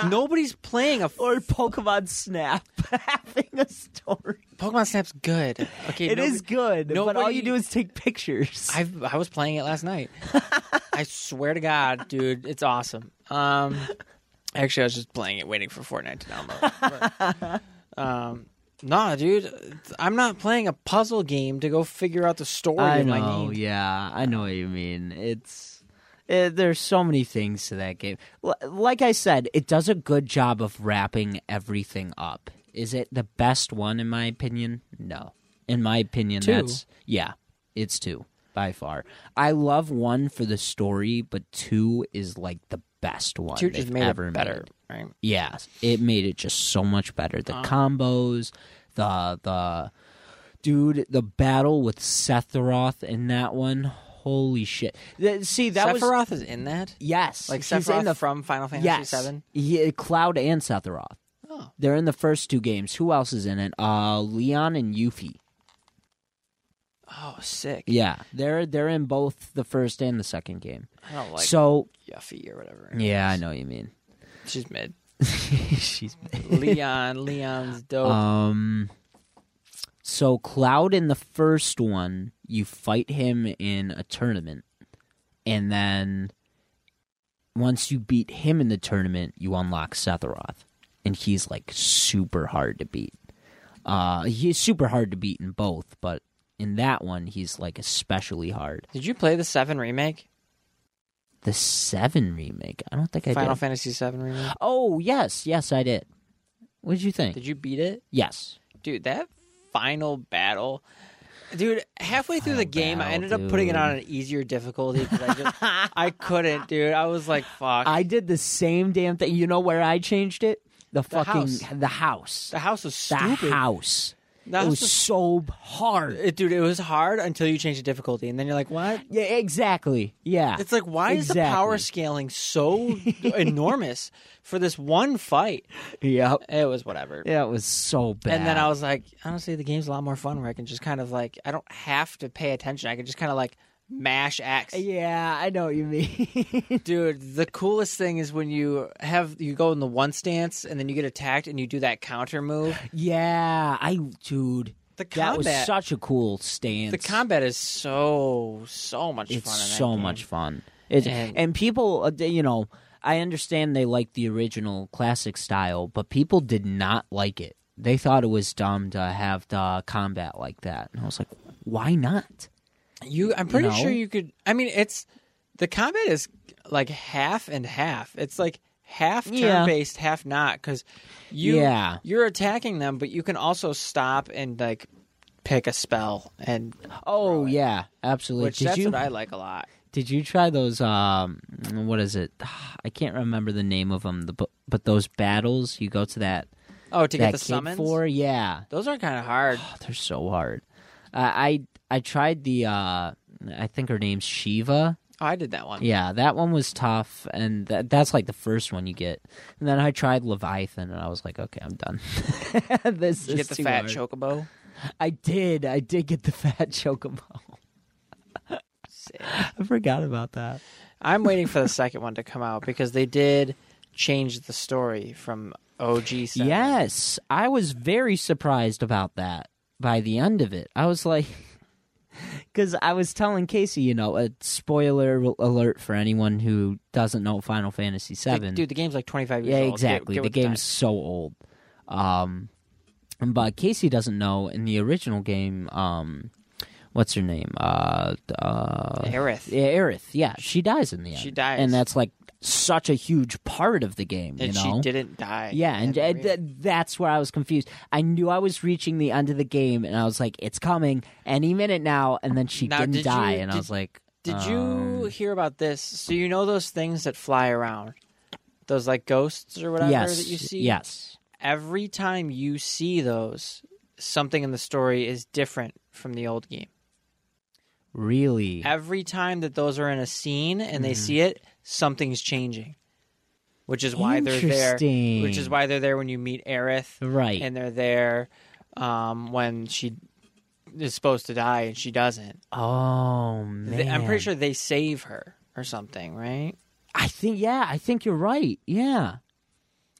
S1: Nobody's playing a
S2: or Pokemon Snap [laughs] having a story.
S1: Pokemon Snap's good. Okay,
S2: It is good, but all
S1: nobody-
S2: you do is take pictures.
S1: I I was playing it last [laughs] night. I swear to God, dude, it's awesome. Um, actually, I was just playing it, waiting for Fortnite to download. [laughs] But, um, nah, dude, I'm not playing a puzzle game to go figure out the story
S2: I
S1: of my
S2: know,
S1: game.
S2: yeah, I know what you mean. It's it, there's so many things to that game. L- like I said, it does a good job of wrapping everything up. Is it the best one in my opinion? No, in my opinion,
S1: Two.
S2: that's yeah, it's two by far. I love one for the story, but two is like the best one
S1: Dude just
S2: they've
S1: made
S2: ever
S1: it better,
S2: made.
S1: right?
S2: Yeah, it made it just so much better. The
S1: Uh-huh.
S2: combos, the the dude, the battle with Sephiroth in that one. Holy shit! Th- see, that was
S1: Sephiroth is in that,
S2: yes,
S1: like
S2: he's
S1: Sephiroth
S2: in the
S1: from Final Fantasy
S2: yes,
S1: VII.
S2: He- Cloud and Sephiroth.
S1: Oh.
S2: They're in the first two games. Who else is in it? Uh, Leon and Yuffie.
S1: Oh, sick!
S2: Yeah, they're they're in both the first and the second game.
S1: I don't like
S2: so
S1: Yuffie or whatever.
S2: yeah, I know what you mean. [laughs]
S1: she's [laughs] mid.
S2: She's
S1: Leon, Leon's dope.
S2: Um, so Cloud in the first one, you fight him in a tournament, and then once you beat him in the tournament, you unlock Sephiroth, and he's like super hard to beat. Uh, he's super hard to beat in both, but in that one, he's like especially hard.
S1: Did you play the Seven remake?
S2: The Seven remake, I don't think I
S1: Final
S2: did.
S1: Fantasy Seven remake.
S2: oh yes, yes I did. What did you think?
S1: Did you beat it?
S2: yes.
S1: dude that final battle dude halfway through the
S2: Final
S1: game i
S2: battle,
S1: ended up putting it on
S2: dude.
S1: an easier difficulty because i
S2: [laughs]
S1: just i couldn't dude i was like fuck
S2: I did the same damn thing. You know where I changed it? The, fucking
S1: house.
S2: the house.
S1: the house was
S2: The
S1: stupid
S2: house.
S1: That
S2: it
S1: was
S2: was
S1: just-
S2: so hard.
S1: It- dude it was hard until you change the difficulty and then you're like what
S2: Yeah, exactly. Yeah.
S1: it's like why is the power scaling so
S2: [laughs]
S1: enormous for this one fight
S2: Yep.
S1: it was whatever
S2: Yeah, it was so bad.
S1: and then i was like honestly the game's a lot more fun where i can just kind of like i don't have to pay attention i can just kind of like mash x
S2: Yeah, I know what you mean. [laughs]
S1: Dude, the coolest thing is when you have you go in the one stance and then you get attacked and you do that counter
S2: [sighs]
S1: move.
S2: yeah, I dude.
S1: The
S2: That was
S1: combat-
S2: such a cool stance.
S1: The combat is so so much
S2: it's
S1: fun. in that
S2: so
S1: game.
S2: much fun. It,
S1: And-
S2: and, people, uh, they- you know, I understand they like the original classic style, but people did not like it. They thought it was dumb to have the combat like that, and I was like, why not?
S1: You, I'm pretty
S2: know?
S1: sure you could. I mean, it's the combat is like half and half. It's like half turn
S2: Yeah.
S1: based, half not because you
S2: Yeah.
S1: you're attacking them, but you can also stop and like pick a spell and
S2: Oh yeah, absolutely.
S1: which
S2: did
S1: that's
S2: you
S1: what I like a lot.
S2: did you try those? Um, what is it? [sighs] I can't remember the name of them. The, bu- but those battles you go to that
S1: Oh, to
S2: that
S1: get the
S2: kid
S1: summons.
S2: for, yeah,
S1: Those are kind of
S2: [sighs]
S1: hard.
S2: Oh, they're so hard. I I I tried the uh, I think her name's Shiva.
S1: Oh, I did that one.
S2: Yeah, that one was tough, and that that's like the first one you get. And then I tried Leviathan, and I was like, okay, I'm done. [laughs] this
S1: Did you
S2: is
S1: get the
S2: too
S1: fat
S2: hard.
S1: chocobo.
S2: I did, I did get the [laughs] fat chocobo.
S1: Sick.
S2: I forgot about that.
S1: I'm waiting for the second one to come out because they did change the story from OG. Seven.
S2: Yes, I was very surprised about that. By the end of it, I was like, [laughs] because I was telling Casey, you know, a spoiler alert for anyone who doesn't know Final Fantasy VII.
S1: Dude, dude, the game's like 25 years
S2: yeah,
S1: old. Get-
S2: exactly.
S1: get with
S2: the game's
S1: times.
S2: so old. Um, but Casey doesn't know in the original game. Um, what's her name? Uh, uh,
S1: Aerith.
S2: yeah, Aerith. Yeah, she dies in the end.
S1: She dies.
S2: and that's like such a huge part of the game.
S1: and
S2: you know?
S1: she didn't die.
S2: Yeah, and
S1: That's
S2: uh,
S1: weird.
S2: th- that's where I was confused. I knew I was reaching the end of the game, and I was like, "It's coming any minute now." And then she
S1: Now,
S2: didn't
S1: did
S2: die,
S1: you-
S2: and I
S1: did-
S2: was like,
S1: Did you
S2: um,
S1: hear about this? So you know those things that fly around, those like ghosts or whatever
S2: Yes,
S1: that you see.
S2: yes,
S1: Every time you see those, something in the story is different from the old game.
S2: really?
S1: Every time that those are in a scene and
S2: Mm-hmm.
S1: they see it, something's changing, which is why they're there. Which is
S2: Interesting.
S1: why they're there when you meet Aerith,
S2: Right.
S1: and they're there um, when she is supposed to die and she doesn't.
S2: oh man,
S1: They- I'm pretty sure they save her or something, right?
S2: I think yeah, I think you're right. Yeah,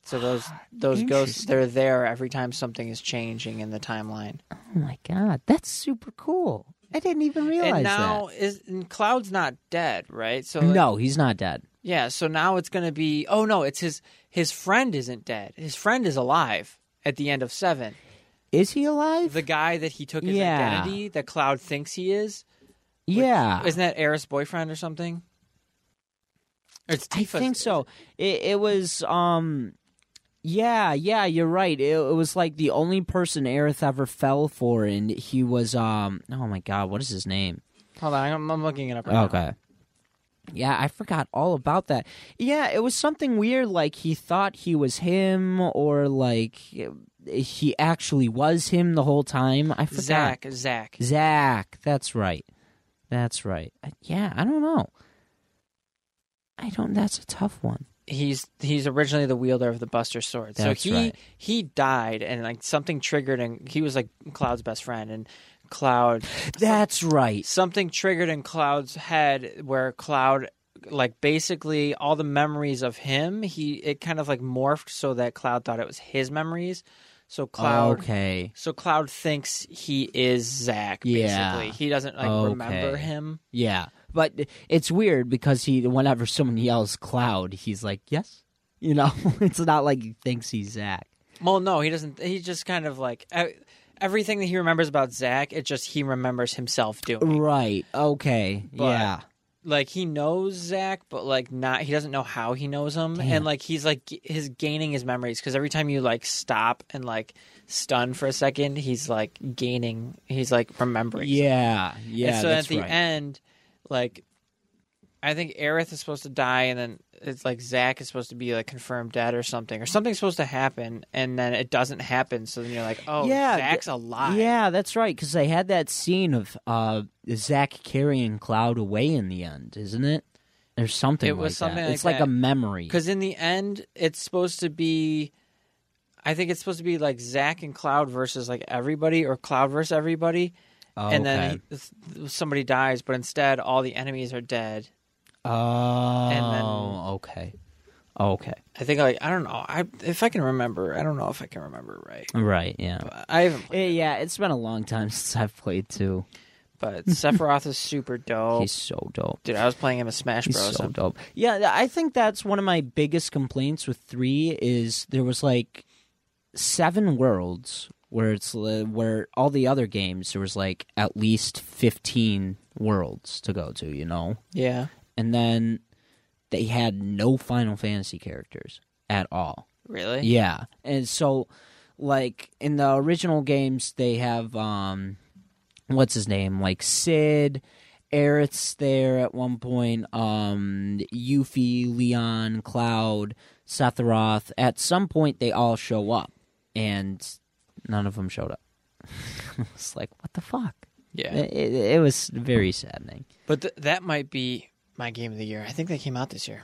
S1: So those
S2: Ah,
S1: those ghosts they're there every time something is changing in the timeline.
S2: Oh my god, that's super cool. I didn't even realize
S1: and now is and Cloud's not dead, right? So
S2: that.
S1: like,
S2: No, he's not dead.
S1: yeah. So now it's gonna be oh no, it's his his friend isn't dead. His friend is alive at the end of seven.
S2: Is he alive?
S1: The guy that he took his
S2: Yeah.
S1: identity that Cloud thinks he is
S2: yeah.
S1: isn't that Eris' boyfriend or something? Or It's
S2: I
S1: Tifa's-
S2: think so. It, it was, um, yeah, yeah, you're right. It, it was like the only person Aerith ever fell for, and he was, um, oh my god, what is his name?
S1: Hold on, I'm, I'm looking it up. Right now.
S2: Okay. Yeah, I forgot all about that. Yeah, it was something weird. Like he thought he was him, or like he actually was him the whole time. I forgot.
S1: Zach, Zach.
S2: Zach, that's right. That's right. I- Yeah, I don't know. I don't. That's a tough one.
S1: he's he's originally the wielder of the Buster Sword.
S2: That's
S1: so he
S2: right.
S1: he died and like something triggered and he was like Cloud's best friend and Cloud
S2: That's right.
S1: something triggered in Cloud's head where Cloud like basically all the memories of him he it kind of like morphed so that Cloud thought it was his memories. So Cloud
S2: Okay.
S1: so Cloud thinks he is Zack
S2: Yeah.
S1: basically. He doesn't like remember
S2: Okay.
S1: him.
S2: Yeah, but it's weird because he whenever someone yells "Cloud," he's like, "Yes." You know, [laughs] it's not like he thinks he's Zach.
S1: Well, no, he doesn't. He just kind of like e- everything that he remembers about Zach. It just he remembers himself doing.
S2: Right. Okay.
S1: But-
S2: yeah.
S1: Like he knows Zach, but like not. He doesn't know how he knows him, and like he's like g- he's gaining his memories because every time you like stop and like stun for a second, he's like gaining. He's like remembering.
S2: Yeah. Yeah.
S1: And so
S2: that's
S1: at the
S2: right.
S1: end, like I think Aerith is supposed to die, and then it's like Zach is supposed to be like confirmed dead or something, or something's supposed to happen, and then it doesn't happen. So then you're like, oh,
S2: Yeah,
S1: Zach's alive.
S2: Yeah, that's right. Because they had that scene of uh, Zach carrying Cloud away in the end, isn't it? There's something.
S1: It was
S2: like
S1: something
S2: That.
S1: like
S2: it's like
S1: that.
S2: a memory.
S1: because in the end, it's supposed to be. I think it's supposed to be like Zach and Cloud versus like everybody, or Cloud versus everybody,
S2: Oh,
S1: and then
S2: okay.
S1: he- th- somebody dies, but instead all the enemies are dead.
S2: oh,
S1: then-
S2: okay, okay,
S1: I think like I don't know. I if I can remember, I don't know if I can remember right.
S2: right, yeah.
S1: I haven't
S2: Eh, yeah, it's been a long time [laughs] since I've played too. [laughs]
S1: But Sephiroth is super dope.
S2: He's so dope.
S1: Dude, I was playing him as Smash
S2: He's
S1: Bros.
S2: so
S1: I'm-
S2: dope. Yeah, th- I think that's one of my biggest complaints with three is there was like seven worlds where it's li- where all the other games there was like at least fifteen worlds to go to, you know,
S1: yeah.
S2: and then they had no Final Fantasy characters at all.
S1: Really?
S2: Yeah. And so like in the original games they have um what's his name? Like Sid, Aerith's there at one point, um Yuffie, Leon, Cloud, Sephiroth. At some point they all show up and none of them showed up. [laughs] it's like what the fuck?
S1: Yeah.
S2: It, it, it was very saddening.
S1: But th- that might be my game of the year. I think they came out this year.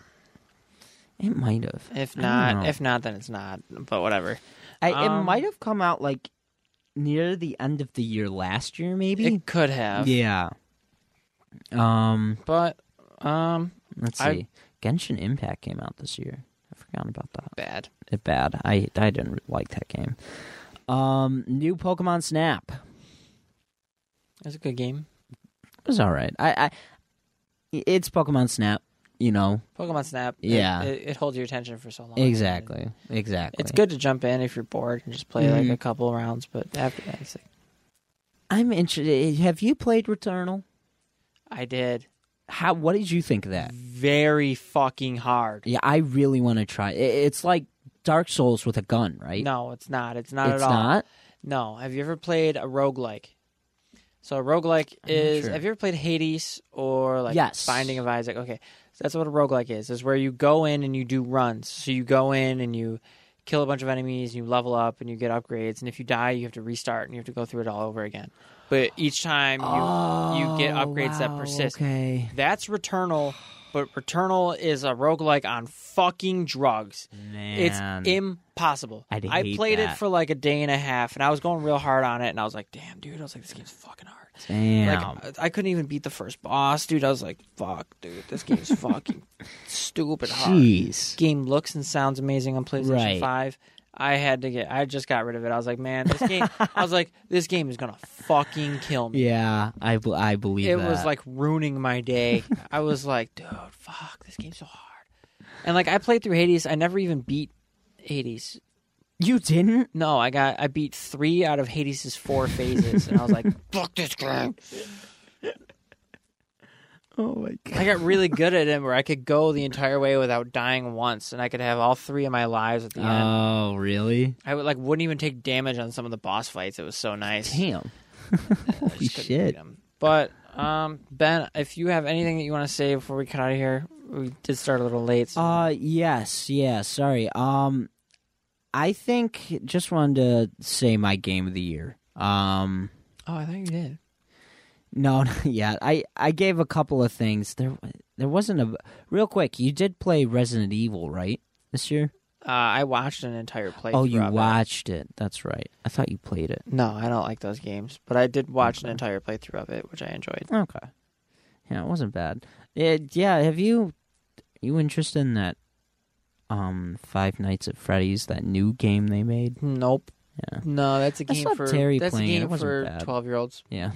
S2: It might have.
S1: If
S2: I don't
S1: not,
S2: know.
S1: if not, then it's not. But whatever.
S2: I, it
S1: Um,
S2: might have come out like near the end of the year last year, maybe.
S1: It could have.
S2: Yeah. Um.
S1: But um,
S2: Let's
S1: I-
S2: see. Genshin Impact came out this year. I forgot about that.
S1: bad.
S2: It bad. I I didn't re- like that game. Um. New Pokemon Snap
S1: It was a good game.
S2: it was all right. I. I it's Pokemon Snap. You know
S1: Pokemon Snap. it-
S2: Yeah.
S1: It, it, holds your attention for so long.
S2: exactly. Exactly.
S1: Oh, It's good to jump in if you're bored and just play like
S2: Mhm.
S1: a couple rounds. But after that, it's like
S2: I'm interested. Have you played Returnal?
S1: I did.
S2: How? What did you think of that?
S1: Very fucking hard.
S2: Yeah, I really want to try. It, it's like Dark Souls with a gun, right?
S1: No, it's not. It's not
S2: it's
S1: at all.
S2: not.
S1: No. Have you ever played a roguelike? So a roguelike is
S2: sure.
S1: have you ever played Hades or like
S2: Yes.
S1: Binding of Isaac? Okay. So that's what a roguelike is. Is where you go in and you do runs. So you go in and you kill a bunch of enemies and you level up and you get upgrades and if you die you have to restart and you have to go through it all over again. But each time you you get
S2: Oh,
S1: upgrades that
S2: wow,
S1: persist.
S2: Okay.
S1: That's Returnal, but Returnal is a roguelike on fucking drugs.
S2: Man.
S1: It's impossible.
S2: I'd
S1: I
S2: hate
S1: played it
S2: that.
S1: for like a day and a half, and I was going real hard on it, and I was like, "Damn, dude!" I was like, "This game's fucking hard."
S2: Damn.
S1: Like, I I couldn't even beat the first boss, dude. I was like, "Fuck, dude, this
S2: [laughs]
S1: game's fucking stupid hard."
S2: Jeez.
S1: Game looks and sounds amazing on PlayStation
S2: Right.
S1: Five. I had to get. I just got rid of it. I was like, "Man, this game." I was like, "This game is gonna fucking kill me."
S2: Yeah, I, bel- I believe
S1: it
S2: that.
S1: was like ruining my day. I was like, dude, fuck, this game's so hard. And like I played through Hades, I never even beat Hades.
S2: you didn't.
S1: No, I got I beat three out of Hades' four phases, and I was like, fuck this game.
S2: Oh my god.
S1: I got really good at it, where I could go the entire way without dying once, and I could have all three of my lives at the end.
S2: Oh really?
S1: I would like wouldn't even take damage on some of the boss fights. It was so nice.
S2: Damn.
S1: I
S2: Holy
S1: just couldn't beat
S2: shit.
S1: 'em. But um, Ben, if you have anything that you want to say before we cut out of here, we did start a little late. so-
S2: Uh yes, yeah, sorry. Um I think just wanted to say my game of the year. Um
S1: oh, I thought you did.
S2: no, [laughs] not yet. I I gave a couple of things. There there wasn't a real quick. You did play Resident Evil, right? This year?
S1: Uh, I watched an entire playthrough.
S2: Oh, you
S1: of it.
S2: watched it. That's right. I thought you played it.
S1: No, I don't like those games, but I did watch an entire playthrough of it, which I enjoyed.
S2: Okay. Yeah, it wasn't bad. It, yeah, have you you interested in that um Five Nights at Freddy's that new game they made?
S1: Nope.
S2: Yeah.
S1: No, that's a
S2: I
S1: game
S2: saw
S1: for
S2: Terry
S1: that's
S2: playing it. It
S1: a game
S2: wasn't
S1: for
S2: bad.
S1: twelve-year-olds.
S2: Yeah.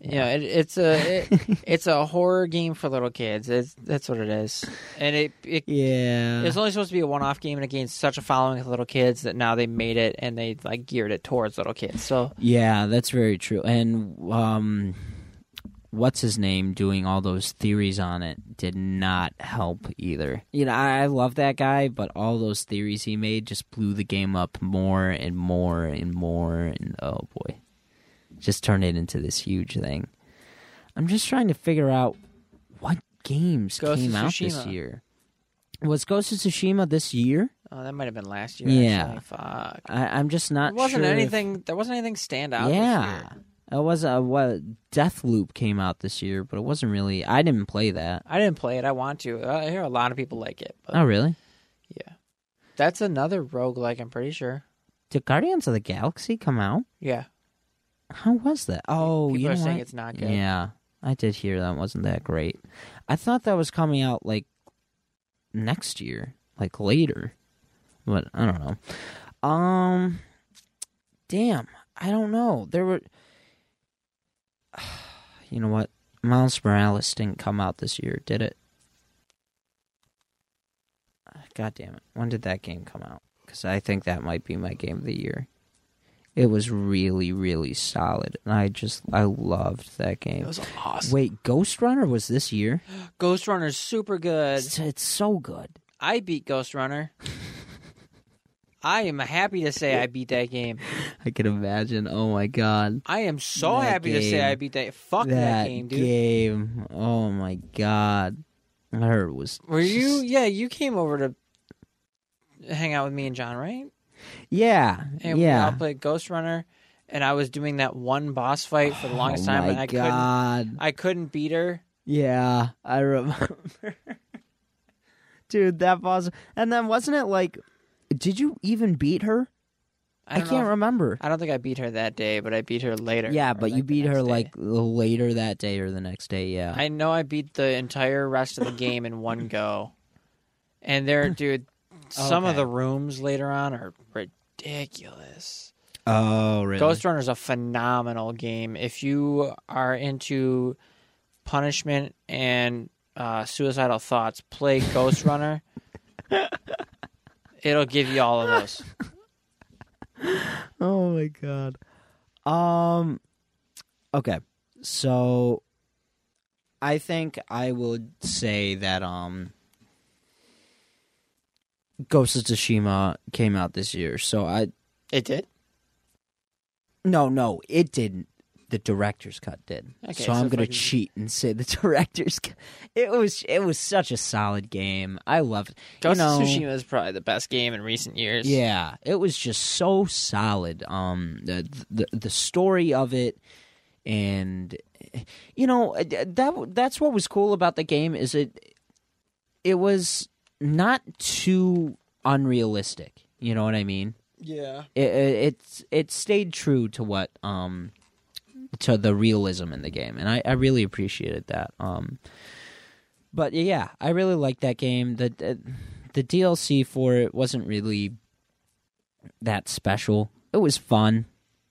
S1: Yeah, it, it's a
S2: [laughs]
S1: it, it's a horror game for little kids. It's, that's what it is, and it it
S2: Yeah.
S1: it's only supposed to be a one-off game, and it gained such a following with little kids that now they made it and they like geared it towards little kids. So
S2: Yeah, that's very true. And um, what's his name doing all those theories on it did not help either. You know, I, I love that guy, but all those theories he made just blew the game up more and more and more. And oh boy, just turned it into this huge thing. I'm just trying to figure out what games
S1: Ghost of
S2: came out this
S1: Tsushima.
S2: year. Was Ghost of Tsushima this year?
S1: oh, that might have been last year.
S2: Yeah.
S1: actually. fuck.
S2: I, I'm just not.
S1: There wasn't
S2: sure if-
S1: anything. There wasn't anything stand out. this
S2: yeah.
S1: year.
S2: It was a what Death Loop came out this year, but it wasn't really. I didn't play that.
S1: I didn't play it. I want to. I hear a lot of people like it. But
S2: Oh, really?
S1: Yeah. That's another roguelike, I'm pretty sure.
S2: Did Guardians of the Galaxy come out?
S1: Yeah.
S2: How was that? Oh,
S1: People
S2: you
S1: are
S2: know
S1: saying
S2: what?
S1: it's not good.
S2: Yeah, I did hear that wasn't that great. I thought that was coming out like next year, like later. But I don't know. Um, damn, I don't know. There were, [sighs] you know what? Miles Morales didn't come out this year, did it? God damn it! When did that game come out? Because I think that might be my game of the year. It was really, really solid, and I just I loved that
S1: It
S2: game.
S1: was awesome.
S2: Wait, Ghost Runner was this year?
S1: Ghost Runner's super good.
S2: It's, it's so good.
S1: I beat Ghost Runner. I am happy to say I beat that game.
S2: I can imagine. Oh my god.
S1: I am so
S2: That
S1: happy to say
S2: game.
S1: I beat that. Fuck that, game, dude.
S2: game. Oh my god. I heard it was.
S1: Were you?
S2: just-
S1: Yeah, you came over to hang out with me and John, right?
S2: Yeah.
S1: And
S2: yeah.
S1: I played Ghost Runner, and I was doing that one boss fight for the longest
S2: oh
S1: time,
S2: my
S1: and I couldn't.
S2: god.
S1: I couldn't beat her.
S2: Yeah, I remember. [laughs] Dude, that boss. And then wasn't it like? Did you even beat her?
S1: I, don't know
S2: can't
S1: if-
S2: remember.
S1: I don't think I beat her that day, but I beat her later.
S2: yeah,
S1: or,
S2: but you
S1: like, the
S2: beat her
S1: next day.
S2: like later that day or the next day. Yeah.
S1: I know I beat the entire rest of the game in one go, and [laughs] there, dude, some of
S2: Okay.
S1: the rooms later on are ridiculous.
S2: oh really?
S1: Ghost Runner is a phenomenal game. If you are into punishment and uh, suicidal thoughts, play [laughs] Ghost Runner. It'll give you all of those.
S2: Oh my god. Um okay. So I think I would say that um Ghost of Tsushima came out this year, so I
S1: It did.
S2: no no it didn't. The director's cut did,
S1: Okay,
S2: so
S1: so
S2: I'm
S1: if I
S2: gonna
S1: can-
S2: cheat and say the [laughs] director's cut. It was it was such a solid game. I loved it. You
S1: Ghost
S2: know-
S1: of Tsushima is probably the best game in recent years.
S2: Yeah, it was just so solid. Um, the the, the story of it, and you know uh, that that's what was cool about the game is it it was not too unrealistic. You know what I mean?
S1: Yeah.
S2: It it it's- it stayed true to what um to the realism in the game, and I I really appreciated that. Um, but yeah, I really liked that game. The the, the DLC for it wasn't really that special. It was fun.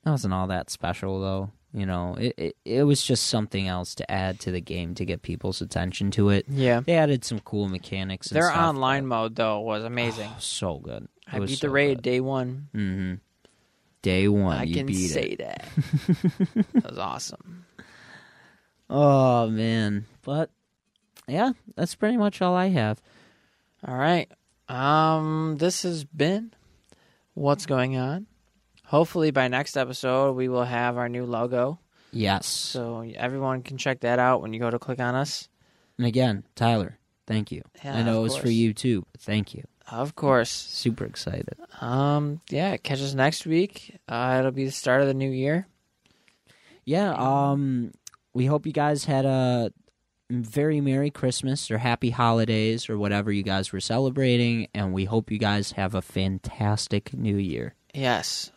S2: It wasn't all that special though. You know, it, it it was just something else to add to the game to get people's attention to it.
S1: Yeah.
S2: They added some cool mechanics. And
S1: Their
S2: stuff,
S1: online mode though was amazing.
S2: but- so good. It
S1: I
S2: was
S1: beat
S2: so
S1: the raid
S2: good.
S1: day one.
S2: Mm-hmm. Day one,
S1: I
S2: you
S1: can
S2: beat
S1: say
S2: it.
S1: that.
S2: [laughs]
S1: that was awesome.
S2: Oh man, but yeah, that's pretty much all I have.
S1: All right. Um, this has been what's going on. Hopefully by next episode we will have our new logo,
S2: Yes.
S1: so everyone can check that out when you go to click on us.
S2: and again, Tyler, thank you.
S1: Yeah,
S2: I know
S1: of
S2: it was for
S1: course.
S2: you too. But thank you.
S1: Of course.
S2: Super excited.
S1: Um, yeah. Catch us next week. Uh, it'll be the start of the new year.
S2: Yeah. Um, we hope you guys had a very merry Christmas or happy holidays or whatever you guys were celebrating, and we hope you guys have a fantastic New Year.
S1: Yes.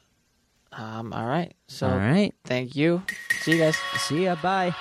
S1: Um. All right. So
S2: all right.
S1: thank you. See you guys.
S2: See ya. Bye.